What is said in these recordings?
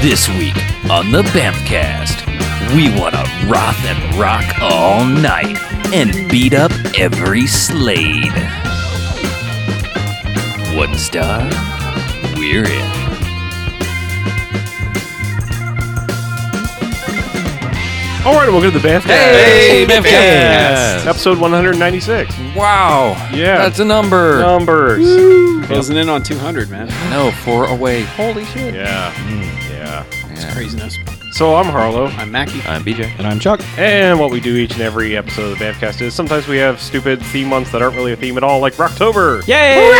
This week on the Bamfcast, we want to rock and rock all night and beat up every Slade. One star, we're in. All right, welcome to the Bamfcast. Hey, Bamfcast. Yes. Episode 196. Wow. Yeah. That's a number. Numbers. Closing in on 200, man. No, four away. Holy shit. Yeah. Yeah. It's craziness. So I'm Harlow, I'm Mackie. I'm BJ. And I'm Chuck. and what we do each and every episode of the Bamfcast is sometimes we have stupid theme months that aren't really a theme at all, like Rocktober. Yay!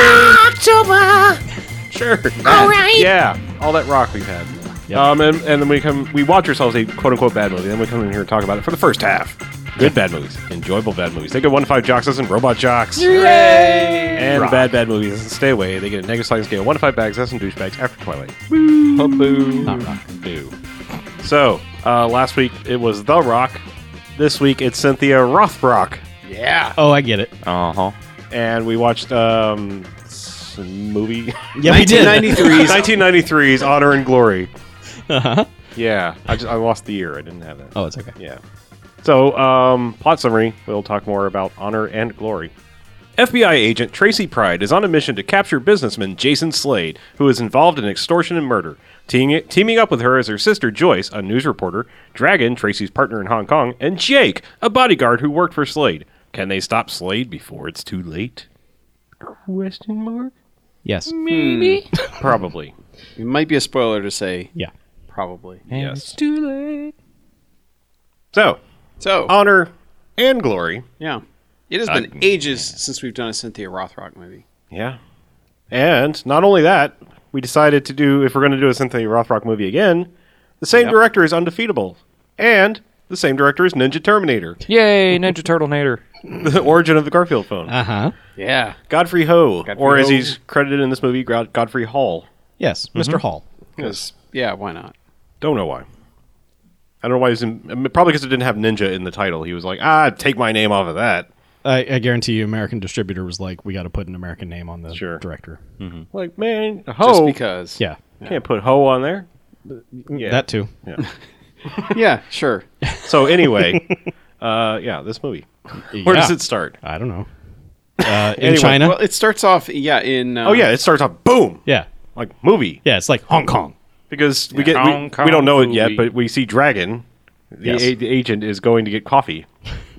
Sure. All right. Yeah. All that rock we've had. Um, and, and then we come, we watch ourselves a quote unquote bad movie, then we come in here and talk about it for the first half. Good bad movies, enjoyable bad movies. They get one to five jocks and robot jocks. And bad bad movies and stay away. They get a negative sliding scale, one to five bags, and douchebags after Twilight. Boo. Boo. Not rock. Boo. So uh, last week it was The Rock. This week it's Cynthia Rothrock, Uh-huh. Yeah. Oh, I get it. Uh huh. and we watched um, s- movie Yeah, we did. 1993's 1993's Honor and Glory. Uh-huh. Yeah, I just I lost the year. I didn't have that. Oh, it's okay. Yeah. So, um, plot summary. We'll talk more about honor and glory. FBI agent Tracy Pride is on a mission to capture businessman Jason Slade, who is involved in extortion and murder. Teaming, teaming up with her is her sister Joyce, a news reporter, Dragon, Tracy's partner in Hong Kong, and Jake, a bodyguard who worked for Slade. Can they stop Slade before it's too late? Question mark? Yes. Probably. It might be a spoiler to say Yeah. probably. Yes. It's too late. So, So, honor and glory. yeah. It has been ages since we've done a Cynthia Rothrock movie. Yeah. And not only that, we decided to do, if we're going to do a Cynthia Rothrock movie again, the same director is Undefeatable. And the same director is Ninja Terminator, Yay, Ninja Turtle Nader. the origin of the Garfield phone. Uh huh. Yeah. Godfrey Ho, Godfrey or as Ho. he's credited in this movie, Gro- Godfrey Hall. Yes, Mm-hmm. mister Hall. Because, yeah, why not? Don't know why. I don't know why he's in. I mean, probably because it didn't have Ninja in the title. He was like, ah, take my name off of that. I, I guarantee you, American distributor was like, "We got to put an American name on the Sure. director." Like, man, Just Ho. because. Yeah. Can't put Ho on there. Yeah. that too. Yeah, sure. so, anyway, uh, yeah, this movie. Where does it start? I don't know. Uh, in Anyway, China. Well, it starts off, yeah, in. Uh, Oh, yeah, it starts off, boom! yeah. Like, movie. Yeah. It's like Hong Kong. because we get Hong we, Kong we don't know it yet, movie. but we see Dragon, the, Yes. a- the agent, is going to get coffee.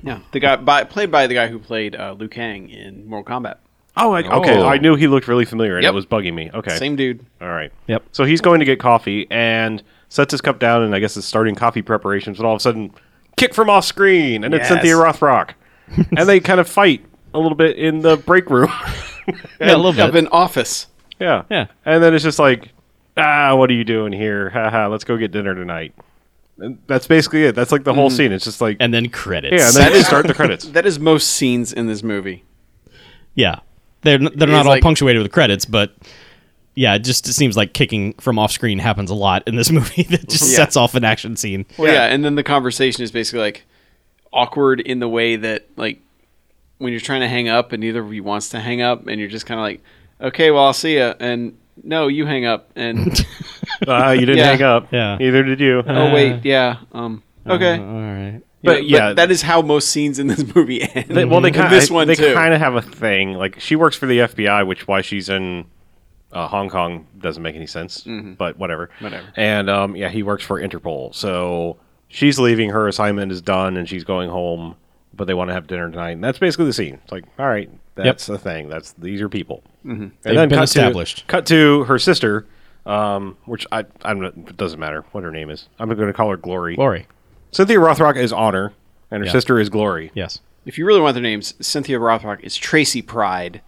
Yeah. The guy, by, played by the guy who played uh, Liu Kang in Mortal Kombat. Oh, I, okay. Oh. I knew he looked really familiar, and Yep. it was bugging me. Okay, Same dude. all right. Yep. So he's going to get coffee and sets his cup down, and I guess is starting coffee preparations. And all of a sudden, kick from off screen, and it's Yes. Cynthia Rothrock, and they kind of fight a little bit in the break room. Yeah, a little bit. Of an office. yeah, Yeah. And then it's just like, ah, what are you doing here? Haha, let's go get dinner tonight. And that's basically it. That's like the whole scene. It's just like, Mm. And then credits. yeah, and then you start the credits. That is most scenes in this movie. Yeah. They're n- they're not all like- punctuated with credits, but yeah, it just it seems like kicking from off screen happens a lot in this movie. That just Yeah. sets off an action scene. Well, Yeah. yeah. and then the conversation is basically like awkward in the way that like when you're trying to hang up and neither of you wants to hang up, and you're just kind of like, okay, well, I'll see you, and no, you hang up, and Uh, you didn't Yeah. hang up. Yeah. Uh, Neither did you. oh wait, yeah, um, okay, Uh-huh. All right. but You know, yeah. that is how most scenes in this movie end. They- well, they And kind this one they too. kind of have a thing. Like she works for the FBI, which why she's in uh, Hong Kong doesn't make any sense. But whatever. Mm-hmm. Whatever. And um, yeah, he works for Interpol. So she's leaving. Her assignment is done, and she's going home. But they want to have dinner tonight, and that's basically the scene. It's like, all right, that's the thing. That's these are people. Mm-hmm. And They've been established. To, cut to her sister, um, which I I'm not, it doesn't matter what her name is. I'm going to call her Glory. Glory. Cynthia Rothrock is Honor, and her Yeah. sister is Glory. Yes. if you really want their names, Cynthia Rothrock is Tracy Pride,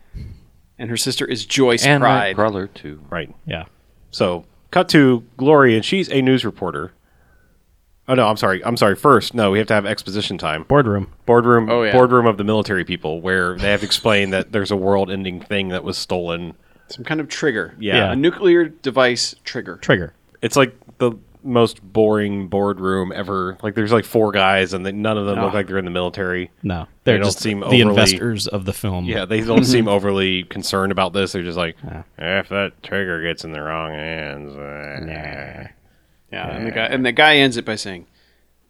and her sister is Joyce Pride. brother, too. Right. Yeah. So, cut to Glory, and she's a news reporter. Oh no, I'm sorry. I'm sorry. First, no, we have to have exposition time. Boardroom. Boardroom, Oh, yeah. boardroom of the military people, where they have to explain that there's a world-ending thing that was stolen. Some kind of trigger. Yeah. a nuclear device trigger. Trigger. It's like the most boring boardroom ever. Like there's like four guys, and they, none of them look like they're in the military. No, they're don't just seem the overly- investors of the film. Yeah, they don't seem overly concerned about this. They're just like, if that trigger gets in the wrong hands, eh." Yeah, and the guy and the guy ends it by saying,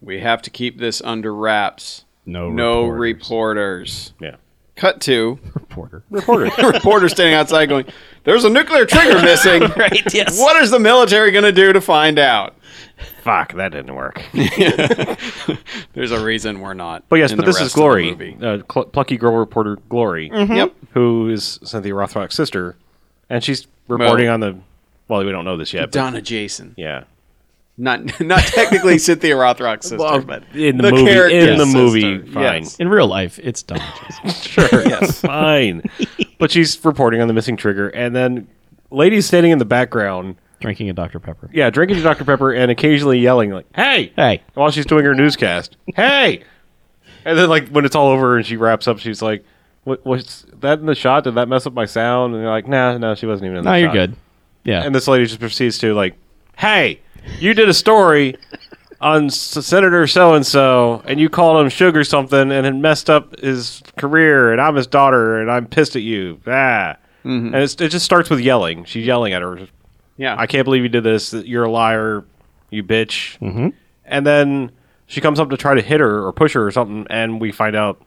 "We have to keep this under wraps. No no reporters." Yeah. Cut to reporter. Reporter. a reporter standing outside going, "There's a nuclear trigger missing. Right, yes. What is the military going to do to find out?" Fuck, that didn't work. There's a reason we're not. But yes, in but the this rest is of the Glory, movie. uh, cl- plucky girl reporter Glory, Mm-hmm. Yep. who is Cynthia Rothrock's sister, and she's reporting on the. Well, we don't know this yet. But, Donna Jason. yeah, Not not technically Cynthia Rothrock's sister, but in the, movie, in character's the movie, sister. fine, Yes. In real life, it's Don. sure, yes, fine. But she's reporting on the missing trigger, and then ladies standing in the background, drinking a Dr. Pepper. yeah, drinking Dr Pepper and occasionally yelling like, "Hey, Hey. while she's doing her newscast. hey! And then, like, when it's all over and she wraps up, she's like, what, was that in the shot? Did that mess up my sound? And they're like, nah, no, she wasn't even in the No, you're shot." good. Yeah. And this lady just proceeds to, like, hey, you did a story on S- Senator so and so, and you called him sugar something and it messed up his career, and I'm his daughter, and I'm pissed at you. Ah. And it's, it just starts with yelling. She's yelling at her. yeah. I can't believe you did this. You're a liar, you bitch. Mm-hmm. And then she comes up to try to hit her or push her or something, and we find out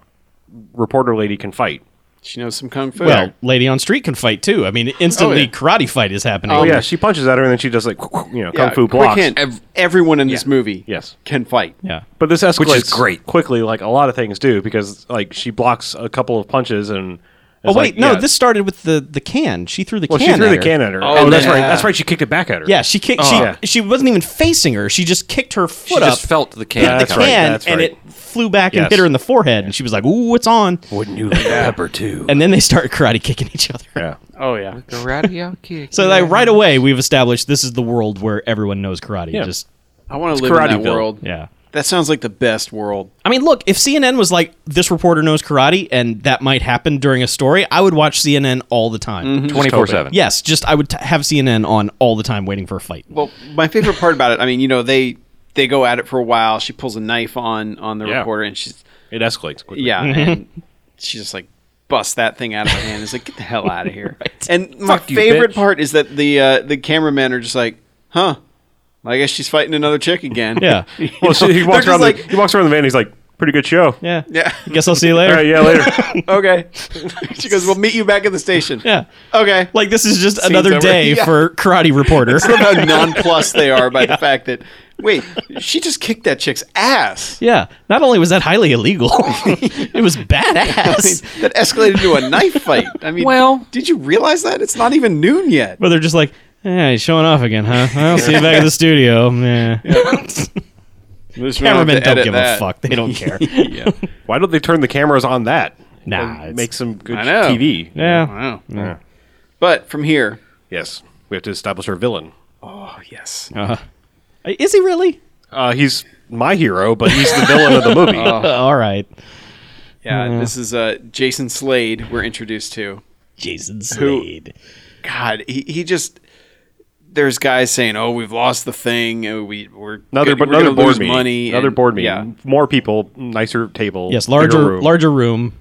reporter lady can fight. she knows some kung fu. well, Lady on Street can fight too. I mean, instantly yeah. karate fight is happening. Oh yeah, she punches at her and then she does like you know kung Yeah, fu quick blocks. hint, ev- everyone in this movie Yes. can fight. Yeah. But this escalates Which is great. quickly, like a lot of things do, because like she blocks a couple of punches and. Oh it's wait, like, no. yeah. This started with the the can. She threw the Well, can. she threw at the her. can at her. Oh, Oh, that's yeah. right. That's right. She kicked it back at her. Yeah, she kicked. she Yeah. she wasn't even facing her. She just kicked her foot She up. just felt the can. hit the That's right, can, that's and right. it flew back and Yes. hit her in the forehead, and she was like, "Ooh, it's on!" Wouldn't you like pepper too? And then they started karate kicking each other. Yeah. Oh yeah. Karate kick. So like right away, we've established this is the world where everyone knows karate. Yeah. Just I want to live in that Karateville. world. yeah. That sounds like the best world. I mean, look, if CNN was like this reporter knows karate, and that might happen during a story, I would watch CNN all the time. Mm-hmm. 24 7. Yes, just I would t- have CNN on all the time, waiting for a fight. Well, my favorite part about it, I mean, you know, they they go at it for a while. She pulls a knife on on the Yeah. reporter, and she's It escalates quickly. yeah, and she just like busts that thing out of her hand. It's like get the hell out of here. And my Fuck you, favorite bitch. part is that the uh, the cameramen are just like, huh. I guess she's fighting another chick again. Yeah. You Well, so he know, walks they're around. just the, he walks around the van. He's like, "Pretty good show." Yeah. Yeah. Guess I'll see you All later. right. Yeah. Later. okay. she goes, "We'll meet you back at the station." Yeah. Okay. Like this is just another over. day Yeah. for karate reporter. how nonplussed they are by the fact that wait, she just kicked that chick's ass. Yeah. Not only was that highly illegal, it was I mean, badass. that escalated to a knife fight. I mean, Well- did you realize that it's not even noon yet? But they're just like, hey, showing off again, huh? I'll see you back at the studio. Yeah. Cameramen don't give a fuck. They don't care. yeah, Why don't they turn the cameras on that? nah. It's, Make some good I know. TV. yeah. wow. But from here, Yes, we have to establish our villain. oh yes, Uh, is he really? Uh, he's my hero, but he's the villain of the movie. Oh, Uh, all right. yeah. This is uh, Jason Slade. We're introduced to. Jason Slade. God, he, he just there's guys saying, "Oh, we've lost the thing. Oh, we we're another, good- but we're another gonna board lose meeting. money. Another and- board meeting. Yeah, More people, nicer table. Yes, bigger larger room. larger room,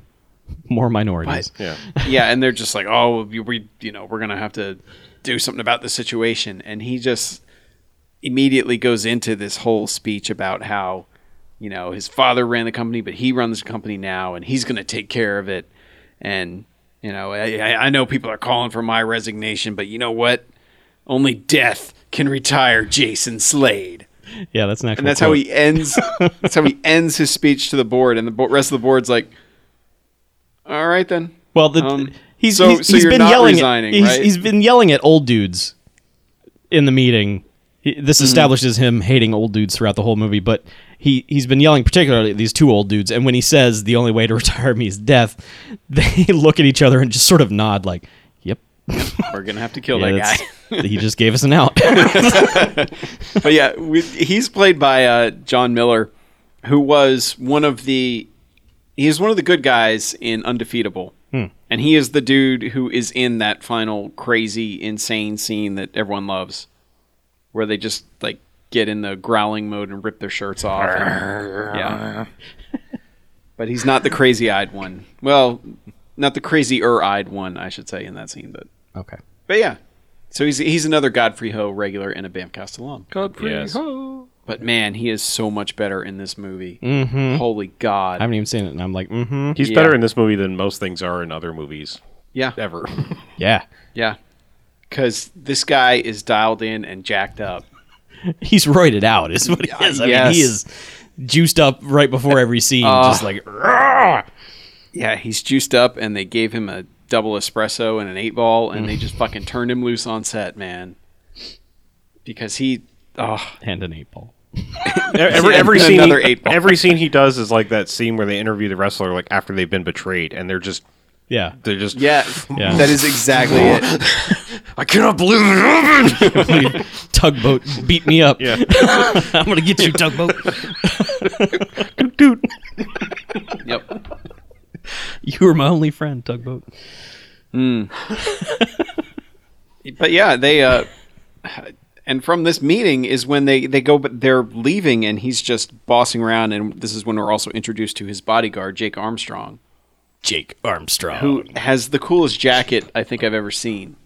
more minorities. Yeah. yeah, and they're just like, "Oh, we, we you know we're gonna have to do something about the situation," and he just immediately goes into this whole speech about how you know his father ran the company, but he runs the company now, and he's gonna take care of it, and you know I, I I know people are calling for my resignation, but you know what? Only death can retire Jason Slade. Yeah, that's an actual And that's how quote. he ends. that's how he ends his speech to the board, and the bo- rest of the board's like, "All right then." Well, the, Um, he's, so- he's, so he's you're been not yelling. resigning, he's, right? he's been yelling at old dudes in the meeting. He- Mm-hmm. This establishes him hating old dudes throughout the whole movie, but he he's been yelling particularly at these two old dudes. And when he says the only way to retire me is death, they look at each other and just sort of nod, like, "Yep, We're gonna have to kill yeah, that guy. that's- he just gave us an out." but yeah, we, he's played by uh, John Miller, who was one of the he is one of the good guys in Undefeatable, Hmm. and he is the dude who is in that final crazy, insane scene that everyone loves, where they just like get in the growling mode and rip their shirts off. and- yeah, but he's not the crazy-eyed one. Well, not the crazy-er-eyed one, I should say, in that scene. But okay. but yeah, So he's he's another Godfrey Ho regular and a Bamcast alum. Godfrey Yes. But man, he is so much better in this movie. Holy God! I haven't even seen it, and I'm like, mm-hmm. He's Yeah. better in this movie than most things are in other movies yeah, ever. E-, Yeah. yeah. Because this guy is dialed in and jacked up. He's roided out, is what he is. I mean, Yes. Uh. he is juiced up right before every scene, just like Yeah, he's juiced up, and they gave him a double espresso and an eight ball, and they just fucking turned him loose on set, man. Because he, oh, hand an eight ball. every, Yeah, every scene, another he, eight ball. every scene he does is like that scene where they interview the wrestler like after they've been betrayed, and they're just Yeah. they're just yeah, Yeah. that is exactly it. I cannot believe it happened. tugboat beat me up. Yeah. I'm gonna get you, tugboat. Dude, Yep. You were my only friend, tugboat. But yeah, they uh and from this meeting is when they they go but they're leaving and he's just bossing around and this is when we're also introduced to his bodyguard Jake Armstrong Jake Armstrong. who has the coolest jacket I think I've ever seen.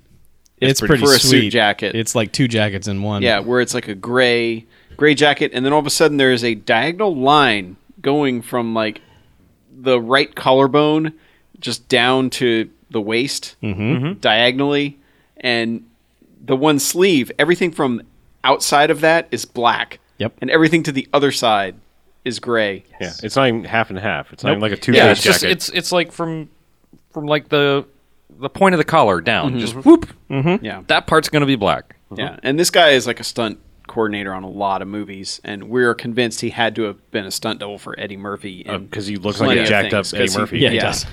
it's pretty- pretty for a suit sweet jacket. It's like two jackets in one. Yeah, where it's like a gray gray jacket and then all of a sudden there is a diagonal line going from like the right collarbone just down to the waist Mm-hmm. diagonally and the one sleeve everything from outside of that is black Yep. and everything to the other side is gray yeah, it's not even half and half. It's not even like a two yeah, yeah, it's jacket. just it's it's like from from like the the point of the collar down, Mm-hmm. just whoop. Mm-hmm. yeah That part's gonna be black. yeah and this guy is like a stunt coordinator on a lot of movies and we're convinced he had to have been a stunt double for eddie murphy and because Uh, he looks like plenty a of jacked up things, Eddie 'cause he- Murphy. Yeah, it Yeah. does.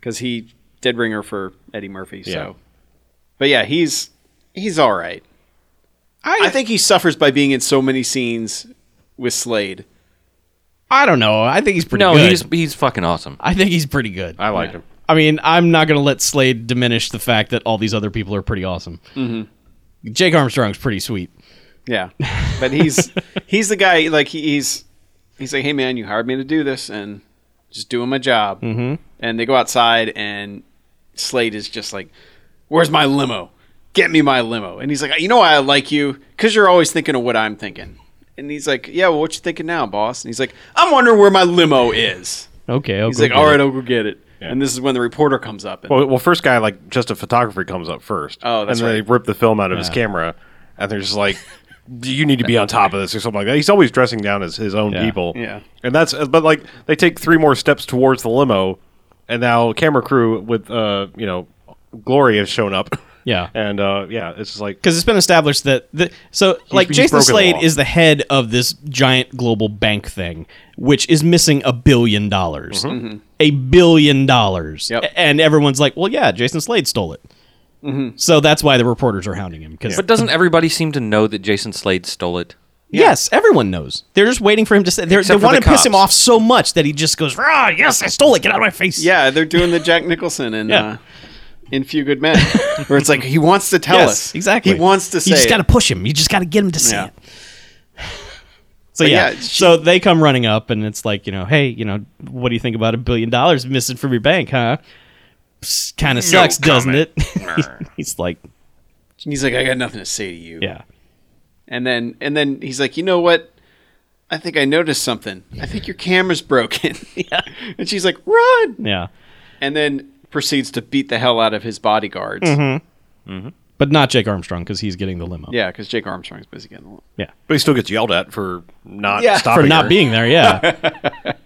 because he did ringer for Eddie Murphy. So, Yeah. but yeah, he's he's all right. I, I think he suffers by being in so many scenes with Slade. I don't know. I think he's pretty No, good. he's he's fucking awesome. I think he's pretty good. I liked him. I mean, I'm not going to let Slade diminish the fact that all these other people are pretty awesome. Mm-hmm. Jake Armstrong's pretty sweet. Yeah, but he's he's the guy. Like he, he's he's like, hey man, you hired me to do this, and just doing my job. Mm-hmm. And they go outside, and Slade is just like, "Where's my limo? Get me my limo." And he's like, "You know why I like you? Because you're always thinking of what I'm thinking." And he's like, "Yeah, well, what you thinking now, boss?" And he's like, "I'm wondering where my limo is." Okay. He's like, "All right, I'll go get it." And this is when the reporter comes up. And, Well, well, first guy like just a photographer comes up first. Oh, that's and then right. they rip the film out of his camera, and they're just like, "You need to be on top of this" or something like that. He's always dressing down as his own Yeah. people. Yeah. and that's but like they take three more steps towards the limo, and now camera crew with uh you know Glory has shown up. Yeah. and uh yeah, it's just like Because it's been established that the, so like he's broken Jason the Slade law. is the head of this giant global bank thing, which is missing a billion dollars, a billion dollars, Yep. A- and everyone's like, "Well, yeah, Jason Slade stole it." So that's why the reporters are hounding him. Because But doesn't everybody seem to know that Jason Slade stole it? yes, everyone knows. They're just waiting for him to say. They're, they Except for want to the piss him cops. off so much that he just goes, "Ah, yes, I stole it. Get out of my face." yeah, they're doing the Jack Nicholson and. Yeah. Uh, in Few Good Men, where it's like he wants to tell Yes, us exactly. He wants to say You it. just got to push him. You just got to get him to say Yeah. it. So yeah, yeah, she- so they come running up, and it's like you know, hey, you know, what do you think about a billion dollars missing from your bank, huh? Kind of sucks, doesn't it? he's like, And he's like, I got nothing to say to you. yeah, And then and then he's like, you know what? I think I noticed something. I think your camera's broken. yeah. And she's like, run. yeah, And then proceeds to beat the hell out of his bodyguards. Mm-hmm. but not Jake Armstrong because he's getting the limo. Yeah, because Jake Armstrong's busy getting along. yeah, but he still gets yelled at for not Yeah. For stopping for not her. being there. Yeah,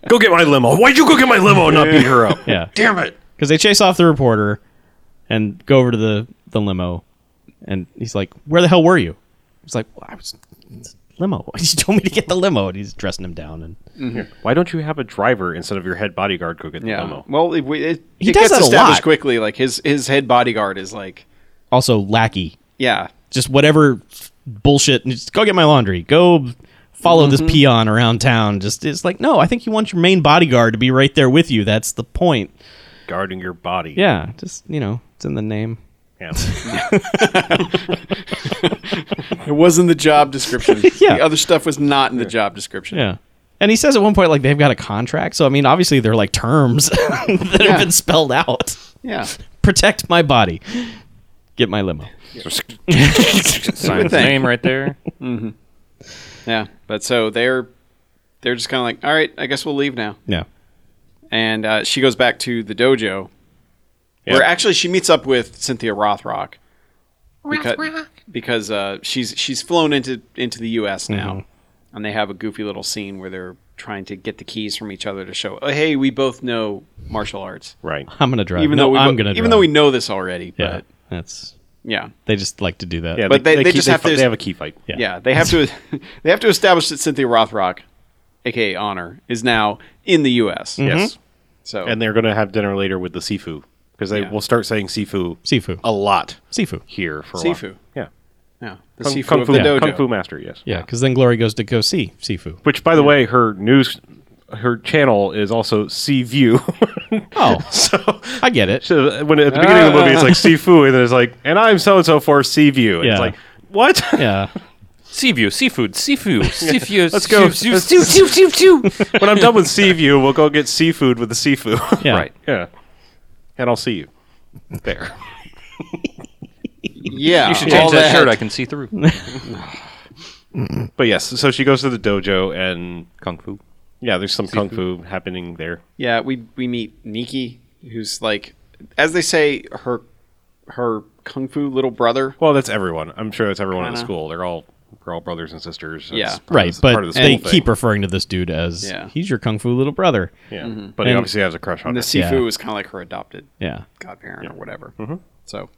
Go get my limo. Why'd you go get my limo and not beat her up? yeah, Damn it. because they chase off the reporter and go over to the the limo, and he's like, where the hell were you? He's like, well, I was limo. She told me to get the limo, and he's dressing him down, and Why don't you have a driver instead of your head bodyguard go get the Yeah. limo? Well, it, it, He it does gets that a established lot. quickly. Like his his head bodyguard is like, also lackey yeah, just whatever bullshit. and Just go get my laundry. Go follow Mm-hmm. this peon around town. Just it's like no, I think you want your main bodyguard to be right there with you. That's the point. Guarding your body. Yeah, just you know, it's in the name. yeah. it was in the job description. Yeah. The other stuff was not in the job description. Yeah. And he says at one point like they've got a contract. So I mean, obviously they're like terms that have been spelled out. Yeah. Protect my body. Get my limo. Sign his thing. Mm-hmm. name right there. Yeah, but so they're they're just kind of like, all right, I guess we'll leave now. Yeah. And uh, she goes back to the dojo, where actually she meets up with Cynthia Rothrock because because uh, she's she's flown into into the U.S. now, Mm-hmm. and they have a goofy little scene where they're trying to get the keys from each other to show, oh, hey, we both know martial arts, Right. I'm gonna drive. even No, though we I'm bo- gonna even drive. though we know this already. yeah, But that's yeah, they just like to do that. Yeah, But they- they keep- just have fi- to- They have a key fight. Yeah. Yeah, they have to they have to establish that Cynthia Rothrock, aka Honor, is now in the U.S. Yes. Mm-hmm. So Mm-hmm. And they're going to have dinner later with the Sifu because they Yeah. will start saying Sifu Sifu. a lot Sifu. here for a Sifu. while. Yeah. yeah, the Kung, Sifu Kung of Fu, the dojo. Kung Fu Master, yes. Yeah, because then Glory goes to go see Sifu. Which, by the way, her news, her channel is also C View. Oh, so, I get it. so when at the beginning of the movie, it's Ah. like Sifu, and then it's like, and I'm so and so for C View. And Yeah. It's like, what? Yeah, Seaview, seafood, seafood, seafood. Let's go. Seafood, Let's- seafood, seafood, seafood. when I'm done with Sea View, we'll go get seafood with the Sifu. yeah. Right. yeah. And I'll see you there. Yeah, You should All change that shirt. I can see through. But yes, so she goes to the dojo, and Kung fu. yeah, there's some kung fu happening there. Yeah, we we meet Nikki, who's like, as they say, her her kung fu little brother. Well, that's everyone. I'm sure that's everyone at the Kinda. school. They're all we're all brothers and sisters. That's Yeah. part of Right, the- part but of the they school keep thing. referring to this dude as Yeah. he's your kung fu little brother. Yeah, but he And- obviously has a crush on And Mm-hmm. the her. Sifu Yeah. is kind of like her adopted Yeah, godparent or whatever. So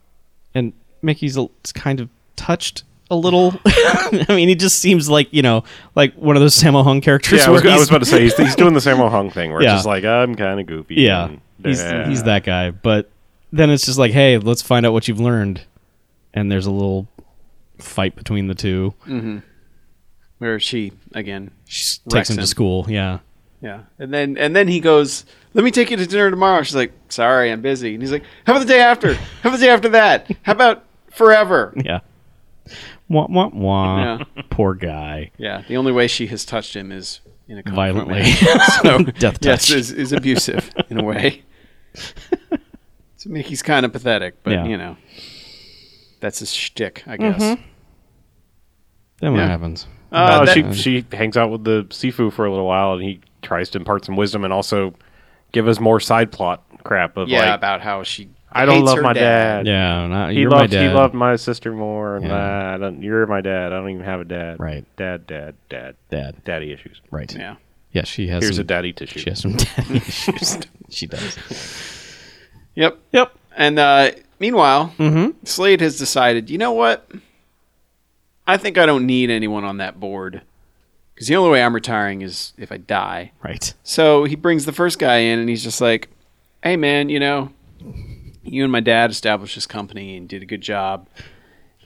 and Mickey's a, it's kind of touched a little. I mean, he just seems like you know, like one of those Sammo Hung characters. yeah, I was, where I he's- was about to say he's, he's doing the Sammo Hung thing, where Yeah. it's just like I'm kind of goofy. yeah, and- he's Yeah. he's that guy. But then it's just like, hey, let's find out what you've learned, and there's a little fight between the two. Mm. where she again, She wrecks takes him to him. school. Yeah, yeah, and then and then he goes, "Let me take you to dinner tomorrow." She's like, "Sorry, I'm busy." And he's like, "How about the day after? How about the day after that? How about forever?" yeah. Wah wah wah. Yeah. Poor guy. Yeah, the only way she has touched him is in a kung fu Violently. match. so Death yes, touch. is, is abusive in a way. so Mickey's kind of pathetic, but Yeah. you know, that's his shtick, I guess. Mm-hmm. Then what Yeah. happens? Uh, Uh, she that- she hangs out with the Sifu for a little while, and he tries to impart some wisdom and also give us more side plot crap of Yeah, like about how she. I don't hates love her my dad. Yeah, not, He you're loved my he dad. loved my sister more, and Yeah. uh, I don't, you're my dad. I don't even have a dad. Right. Dad, dad, dad, dad. daddy issues. Right. Yeah. Yeah, she has. Here's some, a daddy tissue. She has some daddy issues. She does. yep. Yep. And uh, meanwhile, Mm-hmm. Slade has decided. You know what? I think I don't need anyone on that board because the only way I'm retiring is if I die. Right. So he brings the first guy in and he's just like, hey, man, you know, you and my dad established this company and did a good job.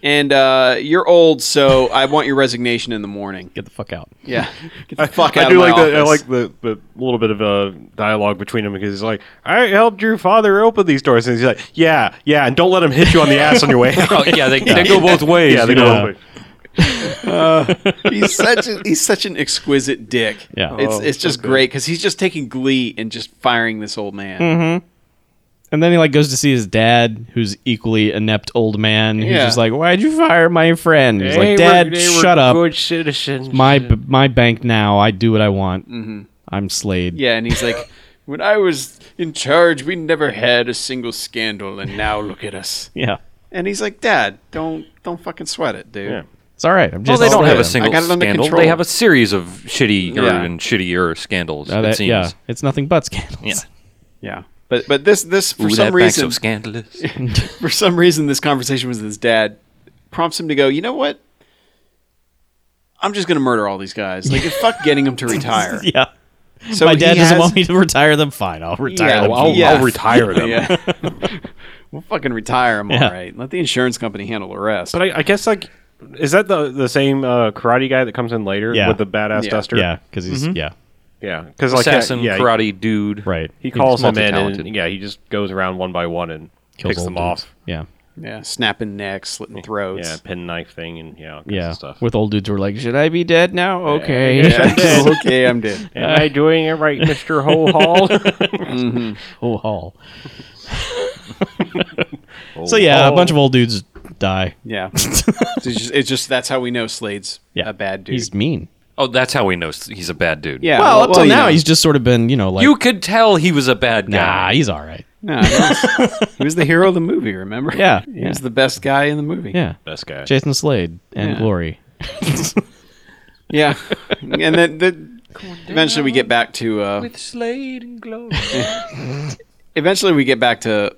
And uh, you're old, so I want your resignation in the morning. Get the fuck out. Yeah. Get the fuck I out of do my like the, I office. like the, the little bit of a dialogue between them because he's like, "I helped your father open these doors," and he's like, "Yeah, yeah," and don't let him hit you on the ass on your way. out." Oh yeah, they, they go both ways. yeah, they you go. know? both ways. he's such a, he's such an exquisite dick. Yeah. It's Oh, it's so just good. great because he's just taking glee and just firing this old man. And then he like goes to see his dad, who's equally inept old man. Who's Yeah. just like, "Why'd you fire my friend?" He's like, "Dad, shut up. My b- my bank now. I do what I want. I'm Slade. Yeah, and he's like, when I was in charge, we never had a single scandal, and now look at us. Yeah. And he's like, Dad, don't don't fucking sweat it, dude. Yeah. It's all right. I'm Well, just. they don't have a Slade. single got it under scandal. control. They have a series of shitty Yeah. and shittier scandals. Uh, it that- seems. yeah. It's nothing but scandals. Yeah. Yeah. But but this this for Ooh, that some bank's so reason scandalous. for some reason this conversation with his dad prompts him to go, "You know what? I'm just going to murder all these guys. Like fuck getting them to retire." Yeah. So my he dad doesn't has- want me to retire them. Fine, I'll retire Yeah, them. well, I'll- yeah. I'll retire them. Yeah. we'll fucking retire them, Yeah. all right. Let the insurance company handle the rest. But I, I guess like, is that the the same uh, karate guy that comes in later Yeah. with the badass Yeah. duster? Yeah, because he's yeah, yeah. Because like, Assassin, yeah, karate dude. right. He calls He's them in, and multi-talented. yeah, he just goes around one by one and Kills picks old them dudes. off. Yeah, yeah, snapping necks, slitting Yeah, throats. pen knife thing, and yeah, all kinds yeah. of stuff. With old dudes who are like, "Should I be dead now?" Okay. okay, I'm dead. Am I doing it right, Mister Ho Hall? oh, hall. oh. So yeah, a bunch of old dudes die. Yeah. it's, just, it's just that's how we know Slade's Yeah. a bad dude. He's mean. Oh, that's how we know s- he's a bad dude. yeah. well, up till you now, know. he's just sort of been, you know, like You could tell he was a bad nah, guy. he's all right. No, he was- he was the hero of the movie. Remember? Yeah, he yeah. was the best guy in the movie. Yeah, best guy. Jason Slade and Yeah. Glory. yeah. And then the, eventually we get back to uh, Slade and Glory. eventually we get back to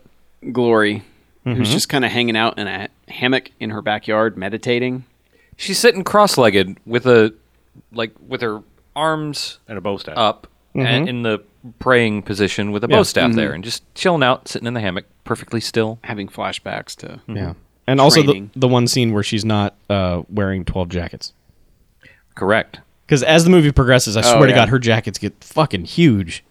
Glory, Mm-hmm. who's just kind of hanging out in a hammock in her backyard meditating. She's sitting cross-legged with a like with her arms and a bow staff. up Mm-hmm. and in the praying position with a bow staff there and just chilling out, sitting in the hammock, perfectly still. having flashbacks to Yeah, and also the, Training. the one scene where she's not uh, wearing twelve jackets. Correct. Because as the movie progresses, I Oh, swear to yeah. God, her jackets get fucking huge.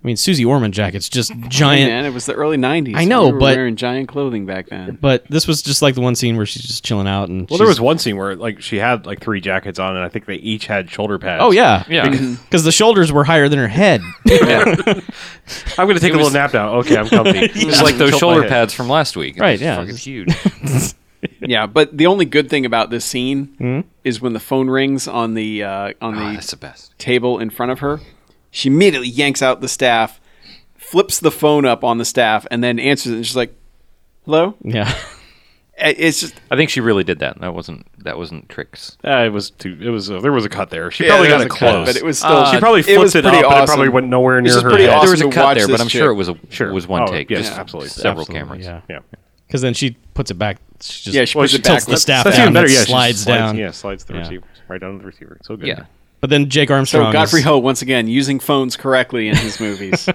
I mean, Susie Orman jackets just Hey, giant. man it was the early 90s I know, We were but- wearing giant clothing back then But this was just like the one scene where she's just chilling out and. well, there was one scene where like she had like three jackets on, and I think they each had shoulder pads. Oh yeah, Yeah. Because the shoulders were higher than her head. I'm gonna take a little nap now. Okay, I'm comfy. It's Just like those tilt my shoulder head. pads from last week. It Right, was yeah. Fucking huge. yeah but the only good thing about this scene is when the phone rings on the uh, on Oh, the that's the best. table in front of her she immediately yanks out the staff flips the phone up on the staff and then answers it and she's like hello yeah. I- it's just I think she really did that. That wasn't that wasn't tricks. Uh, it was too. It was. uh there was a cut there. She probably there got was it a cut, close, but it was still she probably flipped it, was up, pretty but it awesome. probably went nowhere was near her pretty head. awesome. there was a to cut watch there, this but I'm sure chick. it was a Sure. was one Oh, take. yes, just absolutely. Several Absolutely, cameras. Yeah. Yeah. Because then she puts it back. She just yeah she Well, puts she it back tilts the staff That's down even and better. Yeah, she slides slides down. Yeah, slides the Yeah. receiver right down to the receiver. So good. Yeah. But then Jake so Armstrong. Godfrey is- Ho once again using phones correctly in his movies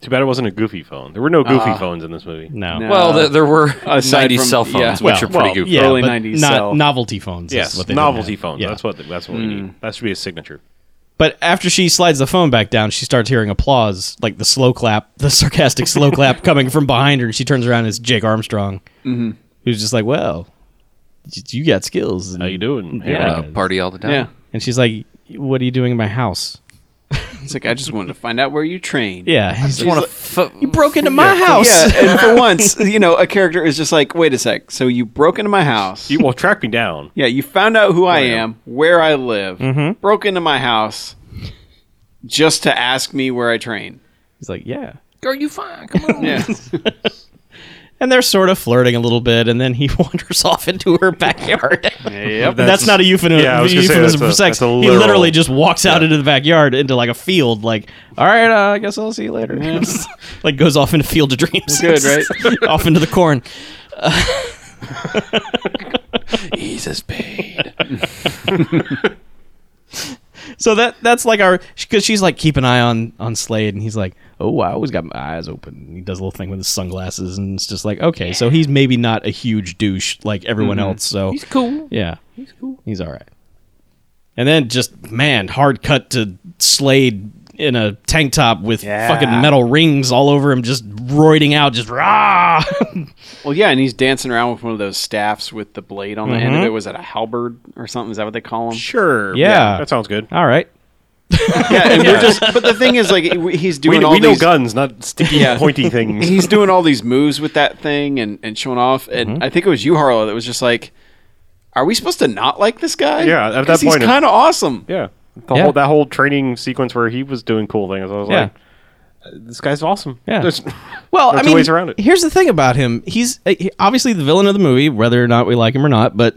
Too bad it wasn't a goofy phone. There were no goofy phones in this movie. No. No. Well, Uh, there, there were aside 90 from- cell phones, yeah. which Well, are pretty well, goofy. Yeah, Early but 90s not cell. novelty phones. is Yes, Hmm. what they didn't novelty have. phones. Yeah. That's what. That's what we need. That should be a signature. But after she slides the phone back down, she starts hearing applause, like the slow clap, the sarcastic slow clap coming from behind her. And she turns around and it's Jake Armstrong, Mm-hmm. who's just like, "Well, y- you got skills." And, How you doing? Yeah. Uh, party all the time. yeah and she's like, "What are you doing in my house?" it's like I just wanted to find out where you trained Yeah, he's Just wanna like, fu- "You broke into my house. Yeah, and for once, you know, a character is just like, wait a sec. So you broke into my house. You, well, track me down. yeah, you found out who I am, where I live, Mm-hmm. broke into my house just to ask me where I train. He's like, "Yeah." Are you fine? Come on. Yeah. And they're sort of flirting a little bit, and then he wanders off into her backyard. yep. that's, not a euphemism, Yeah, I was gonna say euphemism that's for a- sex. that's a he literal- literally just walks out into the backyard into like a field, like, all right, uh, I guess I'll see you later. like goes off into field of dreams. Good, right? off into the corn. Jesus, paid. So that that's like our because she's like keep an eye on on Slade, and he's like, oh, I always got my eyes open. And he does a little thing with his sunglasses, and it's just like, okay, so he's maybe not a huge douche like everyone else. So He's cool. Yeah. He's cool. He's all right. And then just man, hard cut to Slade in a tank top with fucking metal rings all over him, just roiding out, just rah. Well, yeah, and he's dancing around with one of those staffs with the blade on the end of it. Was it a halberd or something? Is that what they call them? Mm-hmm. Sure. Yeah. That sounds good. all right. Yeah, and we're just. But the thing is, like, he's We, doing all we know these. guns, not sticky, Yeah. pointy things. he's doing all these moves with that thing and, and showing off. And Mm-hmm. I think it was you, Harlow, that was just like, "Are we supposed to not like this guy? Yeah, at that 'Cause point, he's it- kind of awesome. Yeah. The Yeah. whole that whole training sequence where he was doing cool things. I was Yeah. like, this guy's awesome. Yeah. There's- Well, There are I two mean, ways around it. here's the thing about him. He's uh, he- obviously the villain of the movie, whether or not we like him or not, but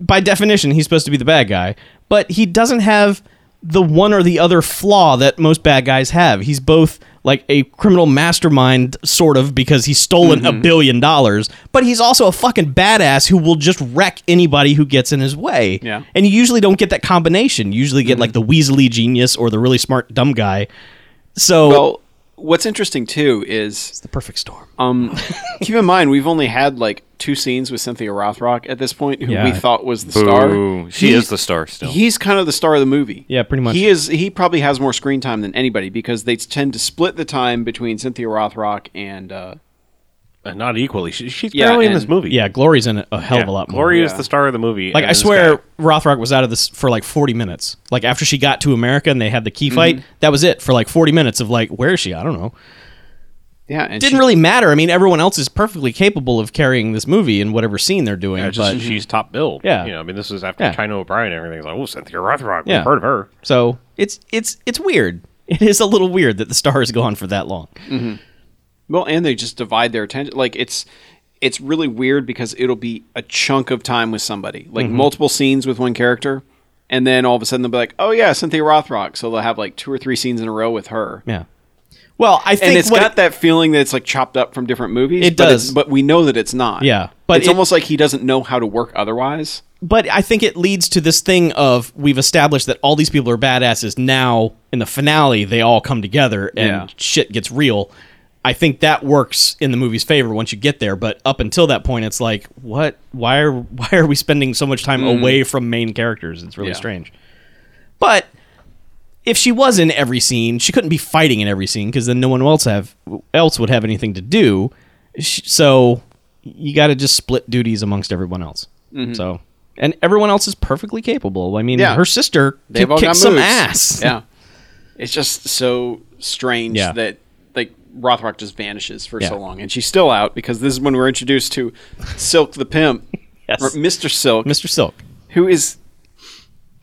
by definition, he's supposed to be the bad guy. But he doesn't have the one or the other flaw that most bad guys have. He's both like a criminal mastermind, sort of, because he's stolen Mm-hmm. a billion dollars, but he's also a fucking badass who will just wreck anybody who gets in his way. Yeah. And you usually don't get that combination. You usually get like Mm-hmm. the Weasley genius or the really smart dumb guy. So Well, what's interesting too is it's the perfect storm. um, keep in mind we've only had like two scenes with Cynthia Rothrock at this point, who we Yeah. thought was the Boo. star. She He- is the star still. He's kind of the star of the movie. Yeah, pretty much. He is. He probably has more screen time than anybody because they tend to split the time between Cynthia Rothrock and uh, Uh, not equally. She, she's Yeah, barely in and- this movie. Yeah, Glory's in a hell of a Yeah. lot more. Glory is Yeah. the star of the movie. like and I this swear, guy. Rothrock was out of this for like 40 minutes. Like after she Mm-hmm. got to America and they had the key fight, that was it for like 40 minutes of like, where is she? I don't know. Yeah, and Didn't she- really matter. I mean, everyone else is perfectly capable of carrying this movie in whatever scene they're doing. Yeah, just but she's top billed. Yeah. you know, I mean, this is after Yeah. China O'Brien and everything's like, oh, Cynthia Rothrock, Yeah. we've heard of her. so it's it's it's weird. It is a little weird that the star is gone for that long. Well, and they just divide their attention. Like it's it's really weird because it'll be a chunk of time with somebody, Mm-hmm. like multiple scenes with one character, and then all of a sudden they'll be like, "Oh yeah, Cynthia Rothrock." So they'll have like two or three scenes in a row with her. Yeah. Well, I think And it's what got that feeling that it's like chopped up from different movies. It but it's- does. but we know that it's not. Yeah, but but it's it- almost like he doesn't know how to work otherwise. but I think it leads to this thing of we've established that all these people are badasses. Now in the finale, they all come together and Yeah. shit gets real. I think that works in the movie's favor once you get there, but up until that point, it's like, what? Why are why are we spending so much time away from main characters? It's really Mm. Yeah. strange. But if she was in every scene, she couldn't be fighting in every scene because then no one else have else would have anything to do. Sh- So you got to just split duties amongst everyone else. Mm-hmm. So and everyone else is perfectly capable. I mean, Yeah. her sister They've could all kick got some moves. ass. Yeah, it's just so strange Yeah. that like Rothrock just vanishes for Yeah. so long, and she's still out because this is when we're introduced to Silk the pimp, Yes. or Mr. Silk, Mr. Silk. who is,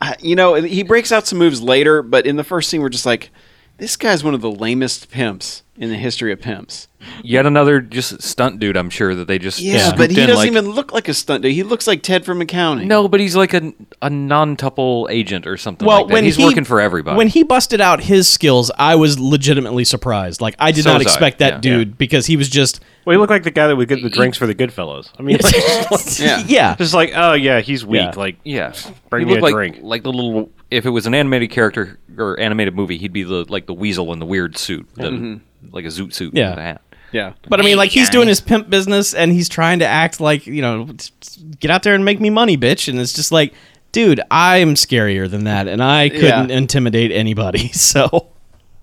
uh, you know, he breaks out some moves later, but in the first scene, we're just like, this guy's one of the lamest pimps in the history of pimps. Yet another just stunt dude. I'm sure that they just Yeah, scooped but he in, doesn't like- even look like a stunt dude. He looks like Ted from accounting. No, but he's like a a non-tuple agent or something. Well, like that. when he's he- working for everybody. When he busted out his skills, I was legitimately surprised. Like I did So not was I. expect that Yeah. dude because he was just Well, he looked like the guy that would get the drinks for the Goodfellas. I mean, like, Yeah. yeah. just like, oh yeah, he's weak. Yeah. Like, yeah, Bring he me looked a like, drink. Like the little, if it was an animated character or animated movie, he'd be the like the weasel in the weird suit, the, like a zoot suit. Yeah. with a hat. Yeah. But I mean, like he's doing his pimp business and he's trying to act like you know, get out there and make me money, bitch. And it's just like, dude, I'm scarier than that, and I couldn't Yeah. intimidate anybody. So,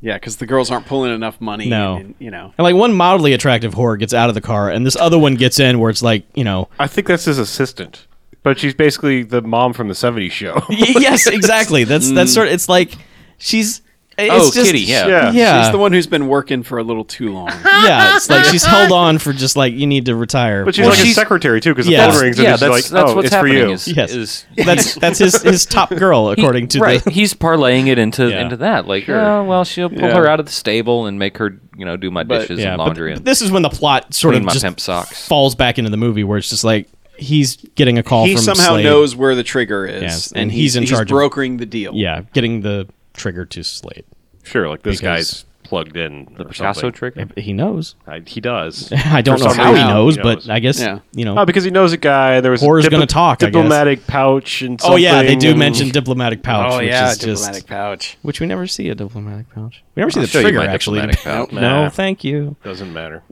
Yeah, because the girls aren't pulling enough money. No. and, you know. and like one mildly attractive whore gets out of the car, and this other one gets in, where it's like, you know, I think that's his assistant, but she's basically the mom from the '70s show. y- yes, exactly. That's that's sort. It's like she's. It's Mm. Oh, just, Kitty, yeah. Yeah. yeah, She's the one who's been working for a little too long. yeah. It's like she's held on for just like you need to retire. But she's Well, like she's- his secretary too, because Yeah. the phone rings and yeah, she's that's, like, that's "Oh, what's it's for happening. you." Is, yes, is that's that's his his top girl according to right. the he's parlaying it into Yeah. into that. Like, oh well, she'll pull her out of the stable and make her, you know, do my But- dishes and but- laundry. But, and, this is when the plot sort Clean of my just pimp socks. falls back into the movie where it's just like he's getting a call he from somehow Slade. knows where the trigger is, Yes, and, and he's, he's in charge of- brokering the deal. Yeah, getting the trigger to Slade. Sure, like this guy's Because- plugged in. The Picasso trigger. He knows. I, he does. I don't For know some how he reason, knows, but I guess Yeah. you know. Oh, because he knows a guy. There was a Whore's gonna talk, I guess. Diplomatic pouch and oh yeah, they something, do and- mention diplomatic pouch, Oh which yeah, is diplomatic just pouch. which we never see a diplomatic pouch. We never see I'll the show you trigger my actually. diplomatic pouch. No, Nah. thank you. Doesn't matter.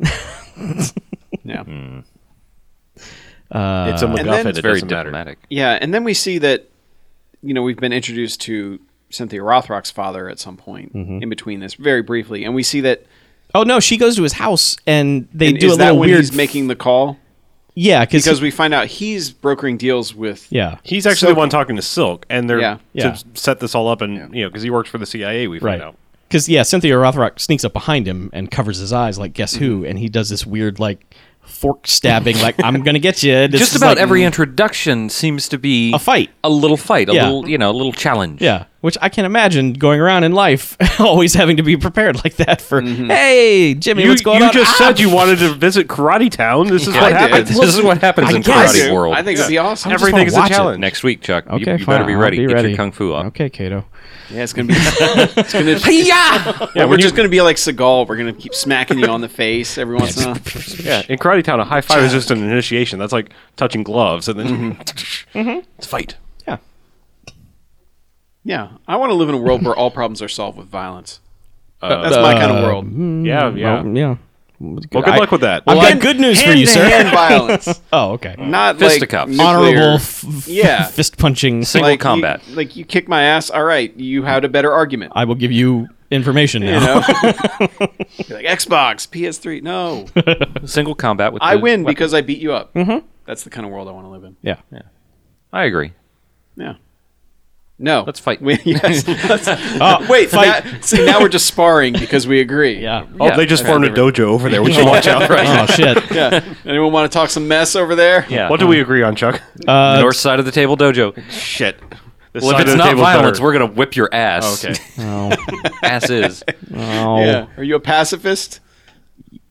Yeah, Mm. it's a then MacGuffin. it's It Very doesn't matter. diplomatic. yeah, and then we see that you know we've been introduced to Cynthia Rothrock's father at some point Mm-hmm. in between this, very briefly, and we see that Oh no, she goes to his house and they and do is a that little when weird. he's making the call yeah, because we find out he's brokering deals with yeah He's actually So- the one talking to Silk, and they're Yeah. to Yeah. set this all up, and you know, because he works for the CIA. We find right out. because yeah cynthia rothrock sneaks up behind him and covers his eyes like guess Mm-hmm. who and he does this weird like fork stabbing like i'm gonna get you Just about every introduction seems to be A fight. a little fight, a Yeah. little you know, a little challenge. yeah which i can imagine going around in life always having to be prepared like that for hey jimmy Mm-hmm. You, what's going you on just Ah, said you wanted to visit Karate Town. This is I what did. happens. This is what happens I in guess. Karate World. I think it'd be awesome. Every- Everything's a watch it. challenge. next week, Chuck. you- okay you, fine, better be I'll ready. Get ready. your kung fu up. okay kato yeah, it's gonna be. it's gonna, yeah, we're just gonna be like Seagal. We're gonna keep smacking you on the face every once in a while. Yeah, in Karate Town, a high five is just an initiation. That's like touching gloves, and then it's fight. yeah Yeah, I want to live in a world where all problems are solved with violence. Uh, Uh, That's my kind of world. Yeah, yeah. well, yeah Well, good I- luck with that. i've Well, got good news for you Hand sir violence, oh okay not Fisticuffs. like nuclear- honorable f- f- Yeah. fist punching Single like, combat. You, like you kick my ass. All right, you had a better argument. i will give you information now You know, You're like Xbox, PS3. No, Single combat with I the win weapon. because I beat you Mm-hmm. up. That's the kind of world I want to live in. yeah I agree. Yeah, No, Let's fight. We, yes, let's- wait, fight. That, see, now we're just sparring because we agree. Yeah. Oh, Yeah, they just that's formed a different. dojo over there. We should watch out. Oh shit. yeah. Anyone want to talk some mess over there? Yeah. What do we agree on, Chuck? the Uh, north side of the table dojo. Shit. This Well, side of if it's the not table's better. violence, we're gonna whip your ass. okay. Oh. ass is. Oh. Yeah. Are you a pacifist?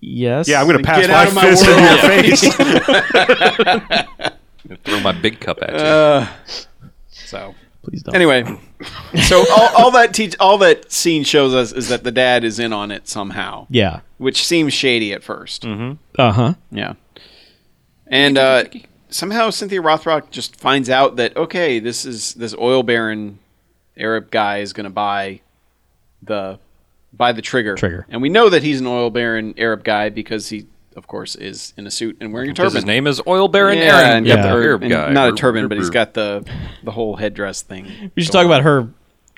Yes. Yeah, I'm gonna Then pass get my out of my fist in your world. face. Throw my big cup at you. So Please don't. anyway, so all, all that teach all that scene shows us is that the dad is in on it somehow, Yeah. which seems shady at 1st Uh huh. Yeah. And uh, somehow Cynthia Rothrock just finds out that okay, this is this oil baron Arab guy is going to buy the buy the trigger. Trigger. And we know that he's an oil baron Arab guy because he of course is in a suit and wearing a turban. Because his name is Oil Baron Yeah, Aaron. and Yeah, got the the- herb and guy. Not a Herb- turban, herb- but he's herb. got the the whole headdress thing. We should talk about her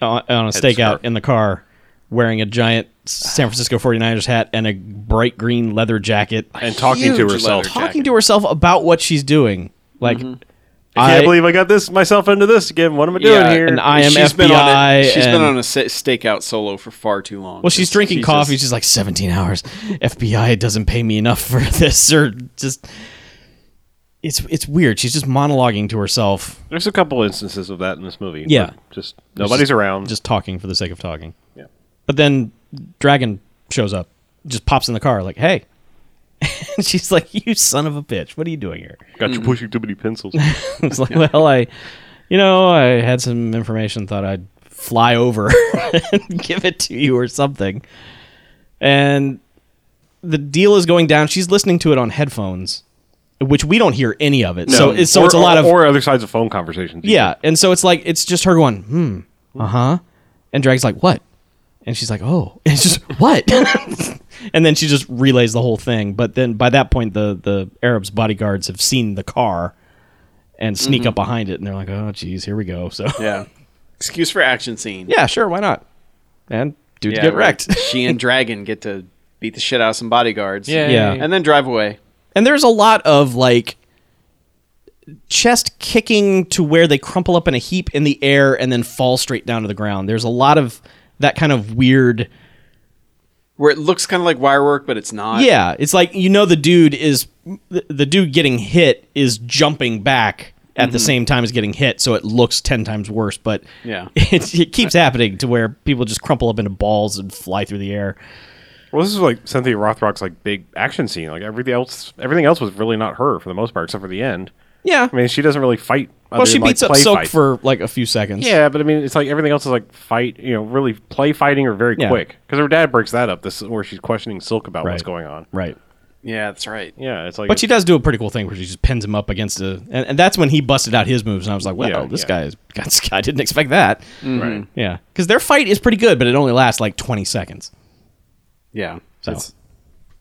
on, on a stakeout scarf. in the car wearing a giant San Francisco 49ers hat and a bright green leather jacket. and talking to Huge herself. leather. Talking to herself about what she's doing. Like, I can't believe I got this myself into this again. What am I doing here? and I am She's Been on FBI a, she's been and- on a sa- stakeout solo for far too long. well, she's Just- drinking she coffee. just- she's like, 17 hours. FBI doesn't pay me enough for this, or just. It's, it's weird. She's just monologuing to herself, There's a couple instances of that in this movie. Yeah. but Just nobody's around. just talking for the sake of talking. Yeah. But then Dragon shows up, just pops in the car, like, hey. And she's like, you son of a bitch. What are you doing here? Got you pushing too many pencils. It's like, well, I, you know, I had some information, thought I'd fly over and give it to you or something. And the deal is going down. She's listening to it on headphones, which we don't hear any of it. So, it's, so Or- it's a lot or- of or other sides of phone conversations. yeah, and so it's like it's just her going, hmm, uh huh, and Drag's like, what? And she's like, oh, and it's just what? and then she just relays the whole thing. But then by that point, the the Arabs bodyguards have seen the car and sneak up behind it, and they're like, oh, geez, here we go. So Mm-hmm. Yeah. Excuse for action scene. yeah, sure, why not? And dudes Yeah, get where wrecked. she and Dragon get to beat the shit out of some bodyguards. Yeah. Yeah. And then drive away. and there's a lot of like chest kicking to where they crumple up in a heap in the air and then fall straight down to the ground. There's a lot of that kind of weird. Where it looks kind of like wire work, but it's not. Yeah, it's like you know the dude is the, the dude getting hit is jumping back at the same time as getting hit, so it looks ten times worse. But Yeah. it, it keeps happening to where people just crumple up into balls and fly through the air. Well, this is like Cynthia Rothrock's like big action scene. Like everything else, everything else was really not her for the most part, except for the end. Yeah, I mean, she doesn't really fight. well, she beats up Silk fight. for like a few seconds. Yeah, but I mean, it's like everything else is like fight. You know, really play fighting or very Yeah. quick. Because her dad breaks that up. This is where she's questioning Silk about what's Right. going on. right. Yeah, that's right. Yeah, it's like. But she does do a pretty cool thing where she just pins him up against a, and, and that's when he busted out his moves, and I was like, "Wow, Yeah, this yeah. guy's got. I didn't expect that." Right. Yeah, because their fight is pretty good, but it only lasts like twenty seconds. Yeah. So It's-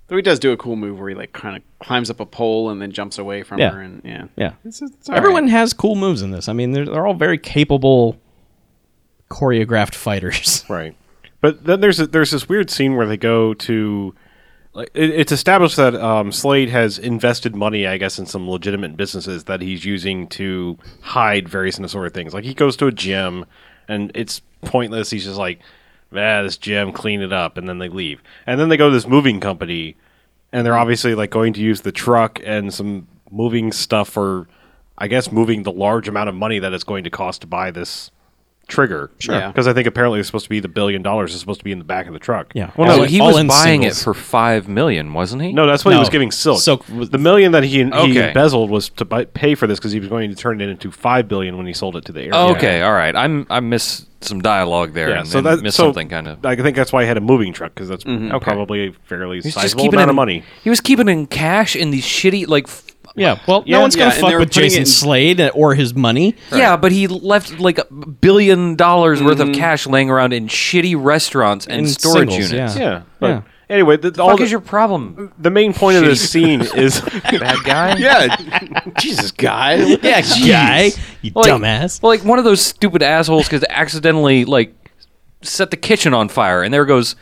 Though he does do a cool move where he like kind of climbs up a pole and then jumps away from Yeah. her and yeah. yeah, It's, it's all everyone right. has cool moves in this. I mean, they're, they're all very capable, choreographed fighters. Right. But then there's a, there's this weird scene where they go to like it, it's established that um, Slade has invested money, I guess, in some legitimate businesses that he's using to hide various and sort of things. Like he goes to a gym, and it's pointless. He's just like, "Ah, this gym, clean it up," and then they leave. And then they go to this moving company, and they're obviously like going to use the truck and some moving stuff for, I guess, moving the large amount of money that it's going to cost to buy this trigger. Sure. Yeah. Because I think apparently it's supposed to be the billion dollars is supposed to be in the back of the truck. Yeah. Well, All no, So in- he all was in buying singles. it for five million, wasn't he? No, that's what he No. was giving Silk. Silk was- the million that he, he Okay. embezzled was to buy, pay for this because he was going to turn it into five billion when he sold it to the air. Oh, okay, all right. I'm I missed some dialogue there. Yeah, and, so and that missed so something Mm-hmm. kind of. I think that's why he had a moving truck because that's probably a fairly sizable amount it of in- money. He was keeping it in cash in these shitty like. f- Yeah, well, Yeah, no one's yeah, gonna and they fuck were with putting it Jason in- Slade or his money. Yeah, but he left like a billion dollars worth of cash laying around in shitty restaurants and In storage singles, units. yeah. Yeah. But Yeah. anyway, the, all What the, is your problem, the main point of this scene is bad guy? Yeah. Jesus guy. Yeah, guy, you Well, like- dumbass. Well, like one of those stupid assholes could accidentally like set the kitchen on fire, and there goes